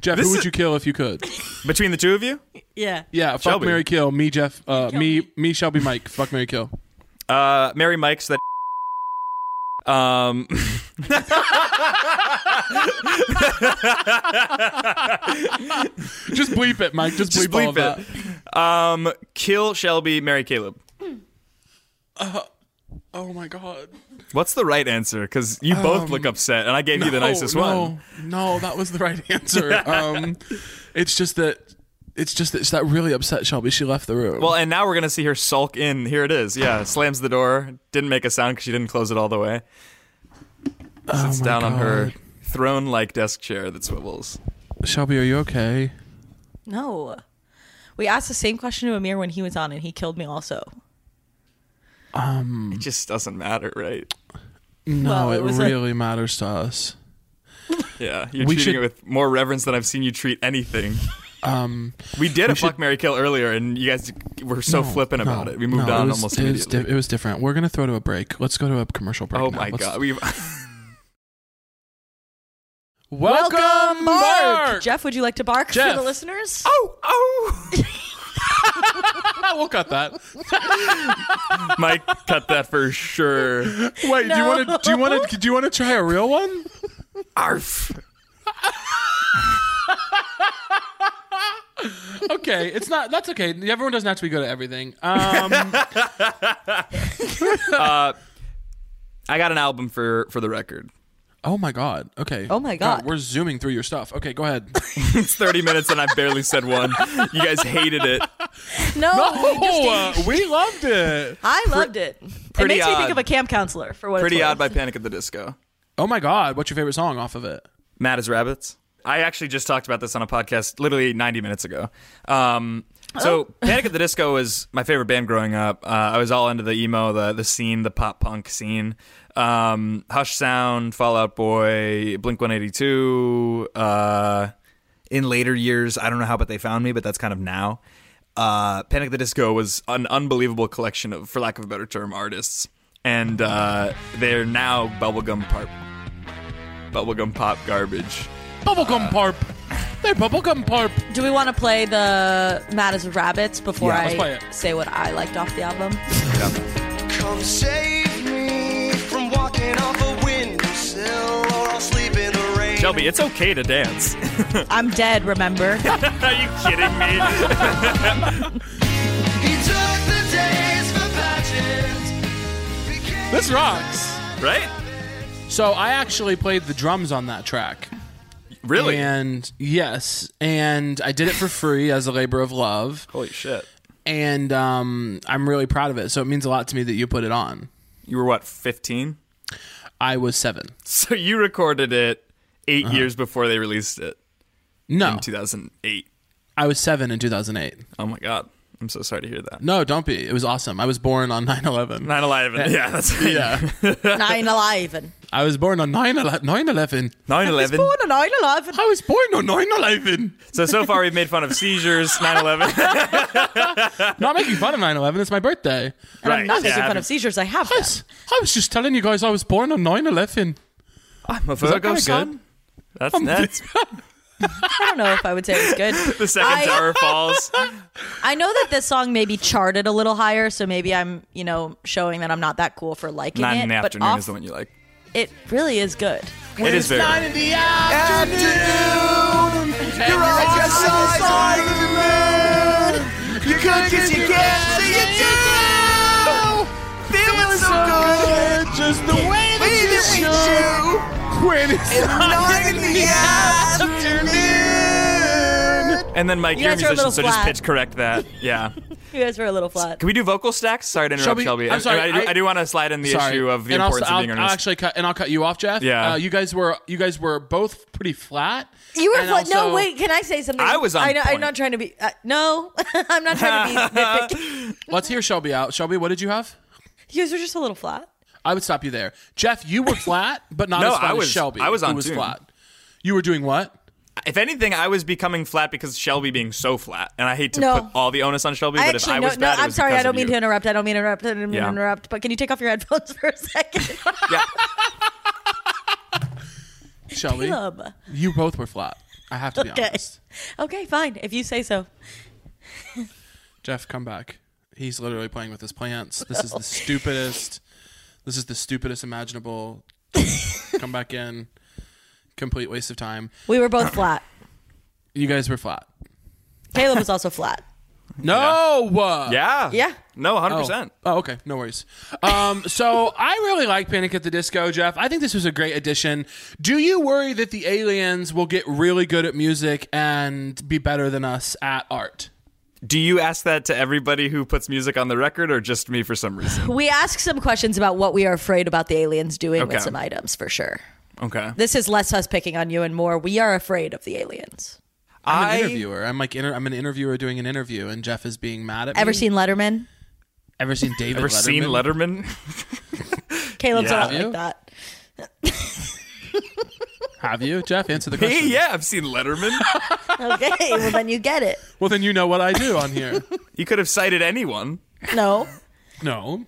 [SPEAKER 2] Jeff,
[SPEAKER 3] this
[SPEAKER 2] who would
[SPEAKER 3] is-
[SPEAKER 2] you kill if you
[SPEAKER 1] <laughs>
[SPEAKER 2] could?
[SPEAKER 3] Between the two of you,
[SPEAKER 1] Yeah.
[SPEAKER 2] Yeah, fuck
[SPEAKER 3] Shelby.
[SPEAKER 2] Mary Kill me, Jeff, uh, me, me, Shelby, Mike. Fuck Mary Kill.
[SPEAKER 3] uh, Mary Mike's that. <laughs> Um, <laughs>
[SPEAKER 2] Just bleep it, Mike. Just bleep,
[SPEAKER 3] just
[SPEAKER 2] all of
[SPEAKER 3] bleep
[SPEAKER 2] that.
[SPEAKER 3] it. Um, kill Shelby, Mary Caleb.
[SPEAKER 2] Oh my god.
[SPEAKER 3] What's the right answer? Because you both look upset, and I gave you the nicest
[SPEAKER 2] Um, no,
[SPEAKER 3] one.
[SPEAKER 2] No, that was the right <laughs>
[SPEAKER 3] <laughs>
[SPEAKER 2] answer. um, it's just that it's just that, it's that really upset Shelby. She left the room.
[SPEAKER 3] Well, and now we're gonna see her sulk in. Here it is. Yeah, slams the door. Didn't make a sound because she didn't close it all the way. Sits
[SPEAKER 2] Oh my
[SPEAKER 3] down on her
[SPEAKER 2] God.
[SPEAKER 3] throne-like desk chair that swivels.
[SPEAKER 2] Shelby, are you okay?
[SPEAKER 1] No. We asked the same question to Amir when he was on, and he killed me also.
[SPEAKER 3] It just doesn't matter, right?
[SPEAKER 2] No,
[SPEAKER 1] Well,
[SPEAKER 2] it,
[SPEAKER 1] it was a-
[SPEAKER 2] really matters to us.
[SPEAKER 3] Yeah, you're
[SPEAKER 2] We should-
[SPEAKER 3] treating it with more reverence than I've seen you treat
[SPEAKER 2] <laughs>
[SPEAKER 3] anything.
[SPEAKER 2] Um,
[SPEAKER 3] We did a
[SPEAKER 2] should-
[SPEAKER 3] fuck Mary Kill earlier, and you guys were so
[SPEAKER 2] no,
[SPEAKER 3] flippant about
[SPEAKER 2] no,
[SPEAKER 3] it. We moved
[SPEAKER 2] no,
[SPEAKER 3] on
[SPEAKER 2] it was,
[SPEAKER 3] almost
[SPEAKER 2] it was,
[SPEAKER 3] immediately.
[SPEAKER 2] di- it was different. We're gonna throw to a break. Let's go to a commercial break.
[SPEAKER 3] oh
[SPEAKER 2] now.
[SPEAKER 3] my
[SPEAKER 2] Let's- <laughs>
[SPEAKER 3] god, we've
[SPEAKER 2] Welcome, Mark. <laughs>
[SPEAKER 1] Jeff, would you like to bark
[SPEAKER 2] Jeff.
[SPEAKER 1] for the listeners?
[SPEAKER 3] <laughs> oh oh. <laughs>
[SPEAKER 2] we'll cut that.
[SPEAKER 3] Mike cut that for sure.
[SPEAKER 2] Wait, do you want to? Do you want to? Do you want to try a real <laughs> one?
[SPEAKER 3] Arf.
[SPEAKER 2] <laughs> Okay, it's not. That's okay. Everyone doesn't have to be good at everything. Um,
[SPEAKER 3] I got an album for for the record.
[SPEAKER 2] <laughs>
[SPEAKER 3] <laughs>
[SPEAKER 2] oh my god. Okay.
[SPEAKER 1] Oh my God.
[SPEAKER 2] We're zooming through your stuff. Okay, go
[SPEAKER 1] <laughs>
[SPEAKER 2] ahead.
[SPEAKER 3] It's 30 minutes and I barely said one. You guys hated it.
[SPEAKER 1] No. we just-
[SPEAKER 2] uh, we loved it.
[SPEAKER 1] I loved it. It
[SPEAKER 3] pretty
[SPEAKER 1] makes me think
[SPEAKER 3] odd.
[SPEAKER 1] of a camp counselor for what
[SPEAKER 3] Pretty
[SPEAKER 1] it's
[SPEAKER 3] odd
[SPEAKER 1] worth.
[SPEAKER 3] by Panic at the Disco.
[SPEAKER 2] Oh my god, what's your favorite song off of it?
[SPEAKER 3] Mad as rabbits. I actually just talked about this on a podcast literally 90 minutes ago. Um, so <laughs> Panic at the Disco was my favorite band growing up. Uh, I was all into the emo, the the scene, the pop punk scene. Um, Hush Sound, Fallout Boy, Blink 182. Uh,
[SPEAKER 4] in later years. I don't know how, but they found me, but that's kind of now.
[SPEAKER 3] uh, Panic at the Disco was an unbelievable collection of, for lack of a better term, artists, and uh, they're now bubblegum pop, bubblegum pop garbage.
[SPEAKER 2] Bubblegum Parp. They're Bubblegum Parp.
[SPEAKER 1] Do we want to play the Mad as Rabbits before
[SPEAKER 2] let's play
[SPEAKER 1] I
[SPEAKER 2] it.
[SPEAKER 1] say what I liked off the album? <laughs>
[SPEAKER 5] Come save me from walking off a windowsill, or I'll sleep in the rain.
[SPEAKER 3] Shelby, it's okay to dance.
[SPEAKER 1] I'm dead,
[SPEAKER 3] <laughs>
[SPEAKER 1] remember?
[SPEAKER 3] Are you kidding me?
[SPEAKER 5] He took the days for patches. Became
[SPEAKER 2] This rocks.
[SPEAKER 3] <laughs> right?
[SPEAKER 2] So I actually played the drums on that track.
[SPEAKER 3] Really?
[SPEAKER 2] And yes, and I did it for free as a labor of love,
[SPEAKER 3] Holy shit.
[SPEAKER 2] and um, I'm really proud of it. So it means a lot to me that you put it on.
[SPEAKER 3] You were what, <laughs> 15?
[SPEAKER 2] I was seven.
[SPEAKER 3] Uh-huh. So you recorded it 8 years before they released it.
[SPEAKER 2] No.
[SPEAKER 3] in 2008.
[SPEAKER 2] I was seven in 2008.
[SPEAKER 3] Oh my god, I'm so sorry to hear that.
[SPEAKER 2] No, don't be. It was awesome. I was born on 9 11.
[SPEAKER 3] 9 11. <laughs> Yeah, that's <laughs>
[SPEAKER 2] Yeah.
[SPEAKER 1] Nine alive. and-
[SPEAKER 2] I was born on 9 11.
[SPEAKER 3] 9
[SPEAKER 1] He's born on nine alive. and-
[SPEAKER 2] I was born on 9 11.
[SPEAKER 3] So, so far we've made fun of <laughs> seizures, 9 11.
[SPEAKER 2] Not making fun of 9 11. It's my birthday.
[SPEAKER 1] And I'm
[SPEAKER 3] Right,
[SPEAKER 1] not making
[SPEAKER 3] yeah.
[SPEAKER 1] fun of seizures. I have
[SPEAKER 2] I
[SPEAKER 1] them.
[SPEAKER 2] was, I was just telling you guys I was born on 9 11.
[SPEAKER 3] I'm a
[SPEAKER 2] that
[SPEAKER 3] Virgo
[SPEAKER 2] kinda
[SPEAKER 3] son. That's,
[SPEAKER 2] <laughs>
[SPEAKER 3] <laughs> that's
[SPEAKER 1] I don't know if I would say it's good.
[SPEAKER 3] <laughs> the second
[SPEAKER 1] I-
[SPEAKER 3] tower <laughs> falls.
[SPEAKER 1] I know that this song maybe charted a little higher, so maybe I'm, you know, showing that I'm not that cool for liking
[SPEAKER 3] Nine
[SPEAKER 1] it.
[SPEAKER 3] in the
[SPEAKER 1] but
[SPEAKER 3] afternoon
[SPEAKER 1] off-
[SPEAKER 3] is the one you like.
[SPEAKER 1] It really is good.
[SPEAKER 3] It is very. <laughs> And then Mike,
[SPEAKER 1] You
[SPEAKER 3] you're a
[SPEAKER 1] guys are a
[SPEAKER 3] musician,
[SPEAKER 1] little
[SPEAKER 3] so just
[SPEAKER 1] flat.
[SPEAKER 3] pitch correct that. Yeah.
[SPEAKER 1] You guys were a little flat.
[SPEAKER 3] <laughs> Can we do vocal stacks? Sorry to interrupt,
[SPEAKER 2] Shelby,
[SPEAKER 3] Shelby.
[SPEAKER 2] I'm
[SPEAKER 3] I-
[SPEAKER 2] sorry,
[SPEAKER 3] I, do,
[SPEAKER 2] I-
[SPEAKER 3] I do want to slide in the issue of the
[SPEAKER 2] And I'll-
[SPEAKER 3] importance
[SPEAKER 2] I'll,
[SPEAKER 3] of being
[SPEAKER 2] I'll
[SPEAKER 3] earnest.
[SPEAKER 2] actually cut and I'll cut you off, Jeff.
[SPEAKER 3] Yeah.
[SPEAKER 2] Uh, you guys were you guys were both pretty flat.
[SPEAKER 1] You were
[SPEAKER 2] And
[SPEAKER 1] flat.
[SPEAKER 2] also-
[SPEAKER 1] no, wait. Can I say something?
[SPEAKER 3] I was on
[SPEAKER 1] I know,
[SPEAKER 3] point.
[SPEAKER 1] I'm not trying to be. Uh, no, <laughs> I'm not trying to be.
[SPEAKER 3] <laughs>
[SPEAKER 1] nitpicky.
[SPEAKER 2] Let's hear Shelby out. Shelby, what did you have?
[SPEAKER 1] You guys were just a little flat.
[SPEAKER 2] I would stop you there. Jeff, you
[SPEAKER 3] <laughs>
[SPEAKER 2] were flat, but not
[SPEAKER 3] No,
[SPEAKER 2] as flat
[SPEAKER 3] I was-
[SPEAKER 2] as Shelby.
[SPEAKER 3] I was on
[SPEAKER 2] who was
[SPEAKER 3] tune.
[SPEAKER 2] flat. You were doing what?
[SPEAKER 3] if anything, I was becoming flat because Shelby being so flat, and I hate to
[SPEAKER 1] No.
[SPEAKER 3] put all the onus on Shelby.
[SPEAKER 1] I
[SPEAKER 3] but if
[SPEAKER 1] actually
[SPEAKER 3] I
[SPEAKER 1] no,
[SPEAKER 3] was
[SPEAKER 1] no.
[SPEAKER 3] bad, it
[SPEAKER 1] I'm
[SPEAKER 3] was
[SPEAKER 1] sorry.
[SPEAKER 3] because
[SPEAKER 1] I don't
[SPEAKER 3] of
[SPEAKER 1] mean
[SPEAKER 3] you.
[SPEAKER 1] to interrupt. I don't mean to interrupt. I don't mean
[SPEAKER 3] Yeah.
[SPEAKER 1] to interrupt. But can you take off your <laughs> headphones for a second?
[SPEAKER 3] <laughs> Yeah.
[SPEAKER 2] Shelby,
[SPEAKER 1] Caleb.
[SPEAKER 2] you both were flat. I have to be
[SPEAKER 1] Okay.
[SPEAKER 2] honest.
[SPEAKER 1] Okay, fine. If you say so.
[SPEAKER 2] Jeff, come back. He's literally playing with his plants. This
[SPEAKER 1] <laughs>
[SPEAKER 2] is the stupidest. This is the stupidest imaginable. come back in. Complete waste of time.
[SPEAKER 1] We were both flat.
[SPEAKER 2] You guys were flat.
[SPEAKER 1] Caleb was also flat.
[SPEAKER 2] No. uh,
[SPEAKER 3] Yeah.
[SPEAKER 1] Yeah.
[SPEAKER 3] No, 100.
[SPEAKER 2] Oh.
[SPEAKER 3] percent
[SPEAKER 2] Oh, okay. No worries. Um, so I really like Panic at the Disco, Jeff. I think this was a great addition. Do you worry that the aliens will get really good at music and be better than us at art?
[SPEAKER 3] Do you ask that to everybody who puts music on the record, or just me for some
[SPEAKER 1] <laughs>
[SPEAKER 3] reason?
[SPEAKER 1] We asked some questions about what we are afraid about the aliens doing
[SPEAKER 3] Okay.
[SPEAKER 1] with some items for sure.
[SPEAKER 3] Okay.
[SPEAKER 1] This is less us picking on you and more we are afraid of the aliens.
[SPEAKER 2] I'm an interviewer. I'm like inter- I'm an interviewer doing an interview, and Jeff is being mad at me.
[SPEAKER 1] Ever
[SPEAKER 3] Mm.
[SPEAKER 1] seen Letterman?
[SPEAKER 2] Ever seen David?
[SPEAKER 3] Ever
[SPEAKER 2] Letterman?
[SPEAKER 3] seen Letterman?
[SPEAKER 1] Caleb's
[SPEAKER 3] Yeah.
[SPEAKER 1] not
[SPEAKER 2] Have you?
[SPEAKER 1] like that.
[SPEAKER 2] Have you, Jeff? Answer the
[SPEAKER 3] Hey,
[SPEAKER 2] question.
[SPEAKER 3] <laughs> yeah, I've seen Letterman. <laughs>
[SPEAKER 1] Okay, well then you get it.
[SPEAKER 2] Well, then you know what I do on here. <laughs>
[SPEAKER 3] you could have cited anyone.
[SPEAKER 1] No,
[SPEAKER 2] no.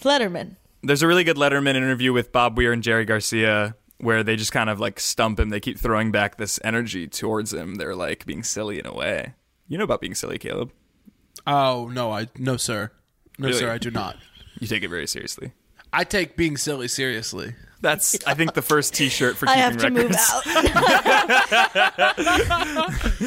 [SPEAKER 1] Letterman.
[SPEAKER 3] There's a really good Letterman interview with Bob Weir and Jerry Garcia where they just kind of like stump him. They keep throwing back this energy towards him. They're like being silly in a way. You know about being silly, Caleb.
[SPEAKER 2] Oh no, I no sir, no
[SPEAKER 3] Really?
[SPEAKER 2] sir, I do not.
[SPEAKER 3] You take it very seriously.
[SPEAKER 2] I take being silly seriously.
[SPEAKER 3] That's I think the first T-shirt
[SPEAKER 1] <laughs>
[SPEAKER 3] for
[SPEAKER 1] I
[SPEAKER 3] keeping
[SPEAKER 1] have to
[SPEAKER 3] records.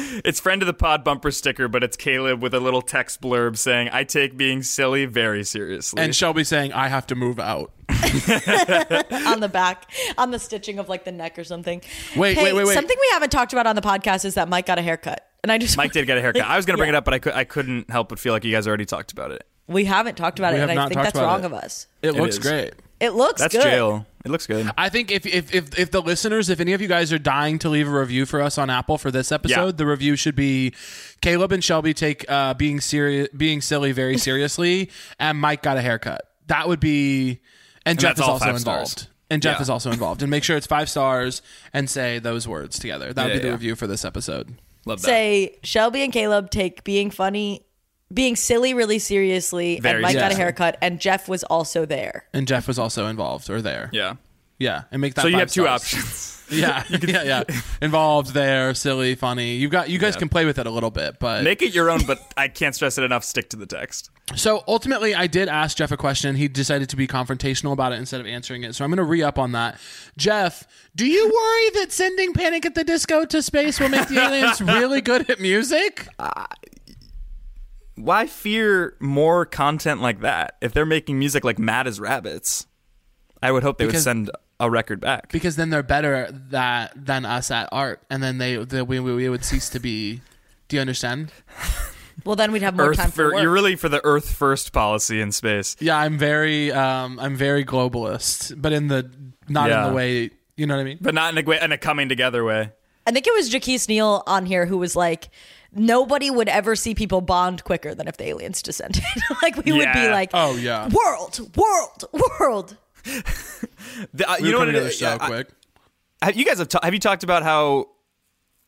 [SPEAKER 1] move
[SPEAKER 3] <laughs>
[SPEAKER 1] out.
[SPEAKER 3] It's friend of the pod bumper sticker, but it's Caleb with a little text blurb saying, "I take being silly very seriously."
[SPEAKER 2] And Shelby saying I have to move
[SPEAKER 3] <laughs>
[SPEAKER 2] out.
[SPEAKER 1] on the back, on the stitching of like the neck or something.
[SPEAKER 2] Wait,
[SPEAKER 1] Hey,
[SPEAKER 2] wait, wait, wait.
[SPEAKER 1] Something we haven't talked about on the podcast is that Mike got a haircut, and I just
[SPEAKER 3] Mike did get a haircut. I was going to bring
[SPEAKER 1] Yeah.
[SPEAKER 3] it up, but I, could, I couldn't help but feel like you guys already talked about it.
[SPEAKER 1] <laughs> We haven't talked about
[SPEAKER 2] We
[SPEAKER 1] it,
[SPEAKER 2] have
[SPEAKER 1] and I
[SPEAKER 2] not
[SPEAKER 1] think
[SPEAKER 2] talked
[SPEAKER 1] that's
[SPEAKER 2] about
[SPEAKER 1] wrong
[SPEAKER 2] it.
[SPEAKER 1] of us.
[SPEAKER 2] It looks
[SPEAKER 3] is.
[SPEAKER 2] great.
[SPEAKER 1] It looks
[SPEAKER 3] That's
[SPEAKER 1] good.
[SPEAKER 3] jail. It looks good.
[SPEAKER 2] I think if, if if if the listeners, if any of you guys are dying to leave a review for us on Apple for this episode,
[SPEAKER 3] Yeah.
[SPEAKER 2] the review should be Caleb and Shelby take uh, being serious, being silly very
[SPEAKER 3] <laughs>
[SPEAKER 2] seriously, and Mike got a haircut. That would be, and, Jeff
[SPEAKER 3] that's
[SPEAKER 2] is
[SPEAKER 3] all
[SPEAKER 2] also
[SPEAKER 3] five
[SPEAKER 2] involved.
[SPEAKER 3] stars.
[SPEAKER 2] And Jeff
[SPEAKER 3] Yeah.
[SPEAKER 2] is also involved. And make sure it's five stars and say those words together. That would
[SPEAKER 3] Yeah,
[SPEAKER 2] be the
[SPEAKER 3] yeah.
[SPEAKER 2] review for this episode.
[SPEAKER 3] Love that.
[SPEAKER 1] Say Shelby and Caleb take being funny, being silly really seriously,
[SPEAKER 3] Very
[SPEAKER 1] and Mike got a
[SPEAKER 2] seriously.
[SPEAKER 1] haircut, and Jeff was also there.
[SPEAKER 2] And Jeff was also involved or there.
[SPEAKER 3] yeah.
[SPEAKER 2] Yeah. And make that
[SPEAKER 3] So you
[SPEAKER 2] five
[SPEAKER 3] have two
[SPEAKER 2] stars.
[SPEAKER 3] options.
[SPEAKER 2] <laughs>
[SPEAKER 3] <laughs>
[SPEAKER 2] Yeah. yeah. Yeah. Involved there, silly, funny. You've got, you guys can play with it a little bit, but.
[SPEAKER 3] Make it your own, but I can't stress it enough. Stick to the text.
[SPEAKER 2] So ultimately, I did ask Jeff a question. He decided to be confrontational about it instead of answering it. So I'm going to re up on that. Jeff, do you worry that sending Panic at the Disco to space will make the <laughs> aliens really good at music?
[SPEAKER 3] Why fear more content like that? If they're making music like Mad as Rabbits, I would hope they would
[SPEAKER 2] Because-
[SPEAKER 3] send a record back.
[SPEAKER 2] Because then they're better that than us at art, and then they, they we, we would cease to be. Do you understand?
[SPEAKER 1] Well, then we'd have more
[SPEAKER 3] Earth
[SPEAKER 1] time for
[SPEAKER 3] fir-
[SPEAKER 1] work.
[SPEAKER 3] you're really for the Earth first policy in space.
[SPEAKER 2] Yeah, I'm very um, I'm very globalist, but in the not
[SPEAKER 3] Yeah.
[SPEAKER 2] in the way you know what I mean.
[SPEAKER 3] but not in a, way- in a coming together way.
[SPEAKER 1] I think it was Jaquise Neal on here who was like, nobody would ever see people bond quicker than if the aliens descended. <laughs> like we would be
[SPEAKER 3] Yeah.
[SPEAKER 1] like,
[SPEAKER 2] Oh, yeah.
[SPEAKER 1] world, world, world.
[SPEAKER 4] The- uh,
[SPEAKER 2] We
[SPEAKER 4] you know what?
[SPEAKER 2] were coming
[SPEAKER 4] It,
[SPEAKER 2] together so
[SPEAKER 4] yeah, I-
[SPEAKER 2] quick.
[SPEAKER 3] Have you guys have ta- have you talked about how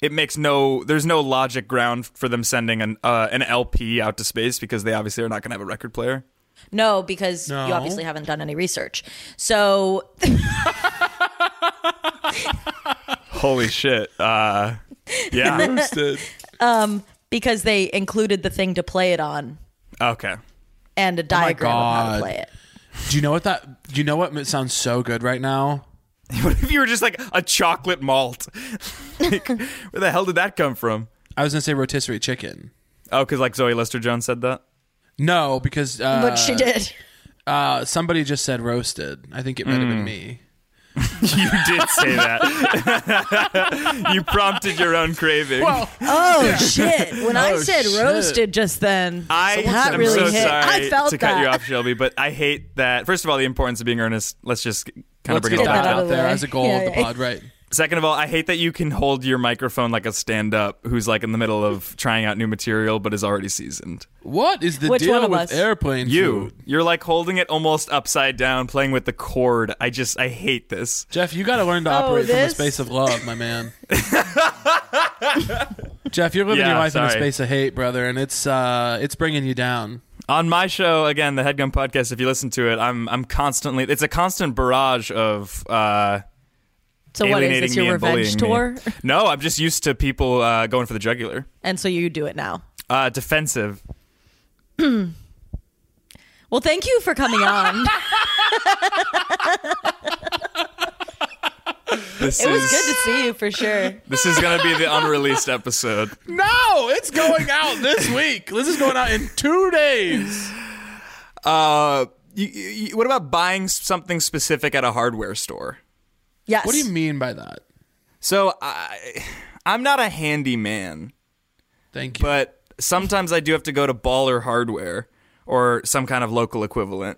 [SPEAKER 3] it makes no there's no logic ground for them sending an uh, an LP out to space because they obviously are not going to have a record player.
[SPEAKER 1] No, because you
[SPEAKER 2] No.
[SPEAKER 1] obviously haven't done any research. So <laughs>
[SPEAKER 3] Holy shit! Uh, yeah.
[SPEAKER 2] Roasted.
[SPEAKER 1] because they included the thing to play it on
[SPEAKER 3] <laughs> okay.
[SPEAKER 1] and a diagram of how to
[SPEAKER 2] Oh God.
[SPEAKER 1] play it.
[SPEAKER 2] do you know what that? Do you know what sounds so good right now?
[SPEAKER 3] What if you were just like a chocolate malt? Like, where the hell did that come from?
[SPEAKER 2] I was gonna say rotisserie chicken.
[SPEAKER 3] Oh, because like Zoe Lester Jones
[SPEAKER 1] <laughs>
[SPEAKER 3] said that.
[SPEAKER 2] No, because uh,
[SPEAKER 1] But she did.
[SPEAKER 2] uh, somebody just said roasted. I think it might have been me.
[SPEAKER 3] You did say that. <laughs> you prompted your own craving.
[SPEAKER 1] <laughs> Oh shit! When I
[SPEAKER 2] Oh,
[SPEAKER 1] said
[SPEAKER 2] shit.
[SPEAKER 1] roasted just then,
[SPEAKER 3] I
[SPEAKER 1] that
[SPEAKER 3] am
[SPEAKER 1] really
[SPEAKER 3] so
[SPEAKER 1] hit.
[SPEAKER 3] sorry
[SPEAKER 1] I felt
[SPEAKER 3] to
[SPEAKER 1] that.
[SPEAKER 3] cut you off, Shelby, but I hate that. First of all, the importance of being earnest. Let's just kind of
[SPEAKER 2] Let's
[SPEAKER 3] bring
[SPEAKER 2] get
[SPEAKER 3] it all
[SPEAKER 1] that
[SPEAKER 2] that
[SPEAKER 1] out
[SPEAKER 3] back down.
[SPEAKER 2] out
[SPEAKER 1] of the
[SPEAKER 2] there
[SPEAKER 1] way.
[SPEAKER 2] as a goal of
[SPEAKER 1] Yeah,
[SPEAKER 2] the
[SPEAKER 1] yeah.
[SPEAKER 2] pod, right?
[SPEAKER 3] Second of all, I hate that you can hold your microphone like a stand-up who's like in the middle of trying out new material but is already seasoned.
[SPEAKER 2] What is the
[SPEAKER 1] Which
[SPEAKER 2] deal
[SPEAKER 1] one of
[SPEAKER 2] with
[SPEAKER 1] us?
[SPEAKER 2] airplane
[SPEAKER 3] You,
[SPEAKER 2] food?
[SPEAKER 3] you're like holding it almost upside down, playing with the cord. I just, I hate this.
[SPEAKER 2] Jeff, you got to learn to operate from a
[SPEAKER 1] Oh, this?
[SPEAKER 2] space of love, my <laughs> man. Jeff, you're living
[SPEAKER 3] Yeah,
[SPEAKER 2] your life in a
[SPEAKER 3] sorry.
[SPEAKER 2] space of hate, brother, and it's uh, it's bringing you down.
[SPEAKER 3] On my show, again, the Headgum Podcast. If you listen to it, I'm, I'm constantly. It's a constant barrage of. uh
[SPEAKER 1] So what is
[SPEAKER 3] alienating
[SPEAKER 1] this?
[SPEAKER 3] me
[SPEAKER 1] Your
[SPEAKER 3] and bullying
[SPEAKER 1] revenge
[SPEAKER 3] me.
[SPEAKER 1] tour?
[SPEAKER 3] No, I'm just used to people uh, going for the jugular.
[SPEAKER 1] And so you do it now.
[SPEAKER 3] Uh, defensive.
[SPEAKER 1] Well, thank you for
[SPEAKER 2] <laughs>
[SPEAKER 1] coming on.
[SPEAKER 3] This
[SPEAKER 1] it was
[SPEAKER 3] is
[SPEAKER 1] good to see you for sure.
[SPEAKER 3] this is gonna be the
[SPEAKER 1] <laughs>
[SPEAKER 3] unreleased episode.
[SPEAKER 2] No, it's going out <laughs> this week. This is going out in two days.
[SPEAKER 3] Uh, you, you, what about buying something specific at a hardware store?
[SPEAKER 1] Yes.
[SPEAKER 2] What do you mean by that?
[SPEAKER 3] So I, I'm not a handyman,
[SPEAKER 2] Thank you.
[SPEAKER 3] but sometimes I do have to go to Baller Hardware or some kind of local equivalent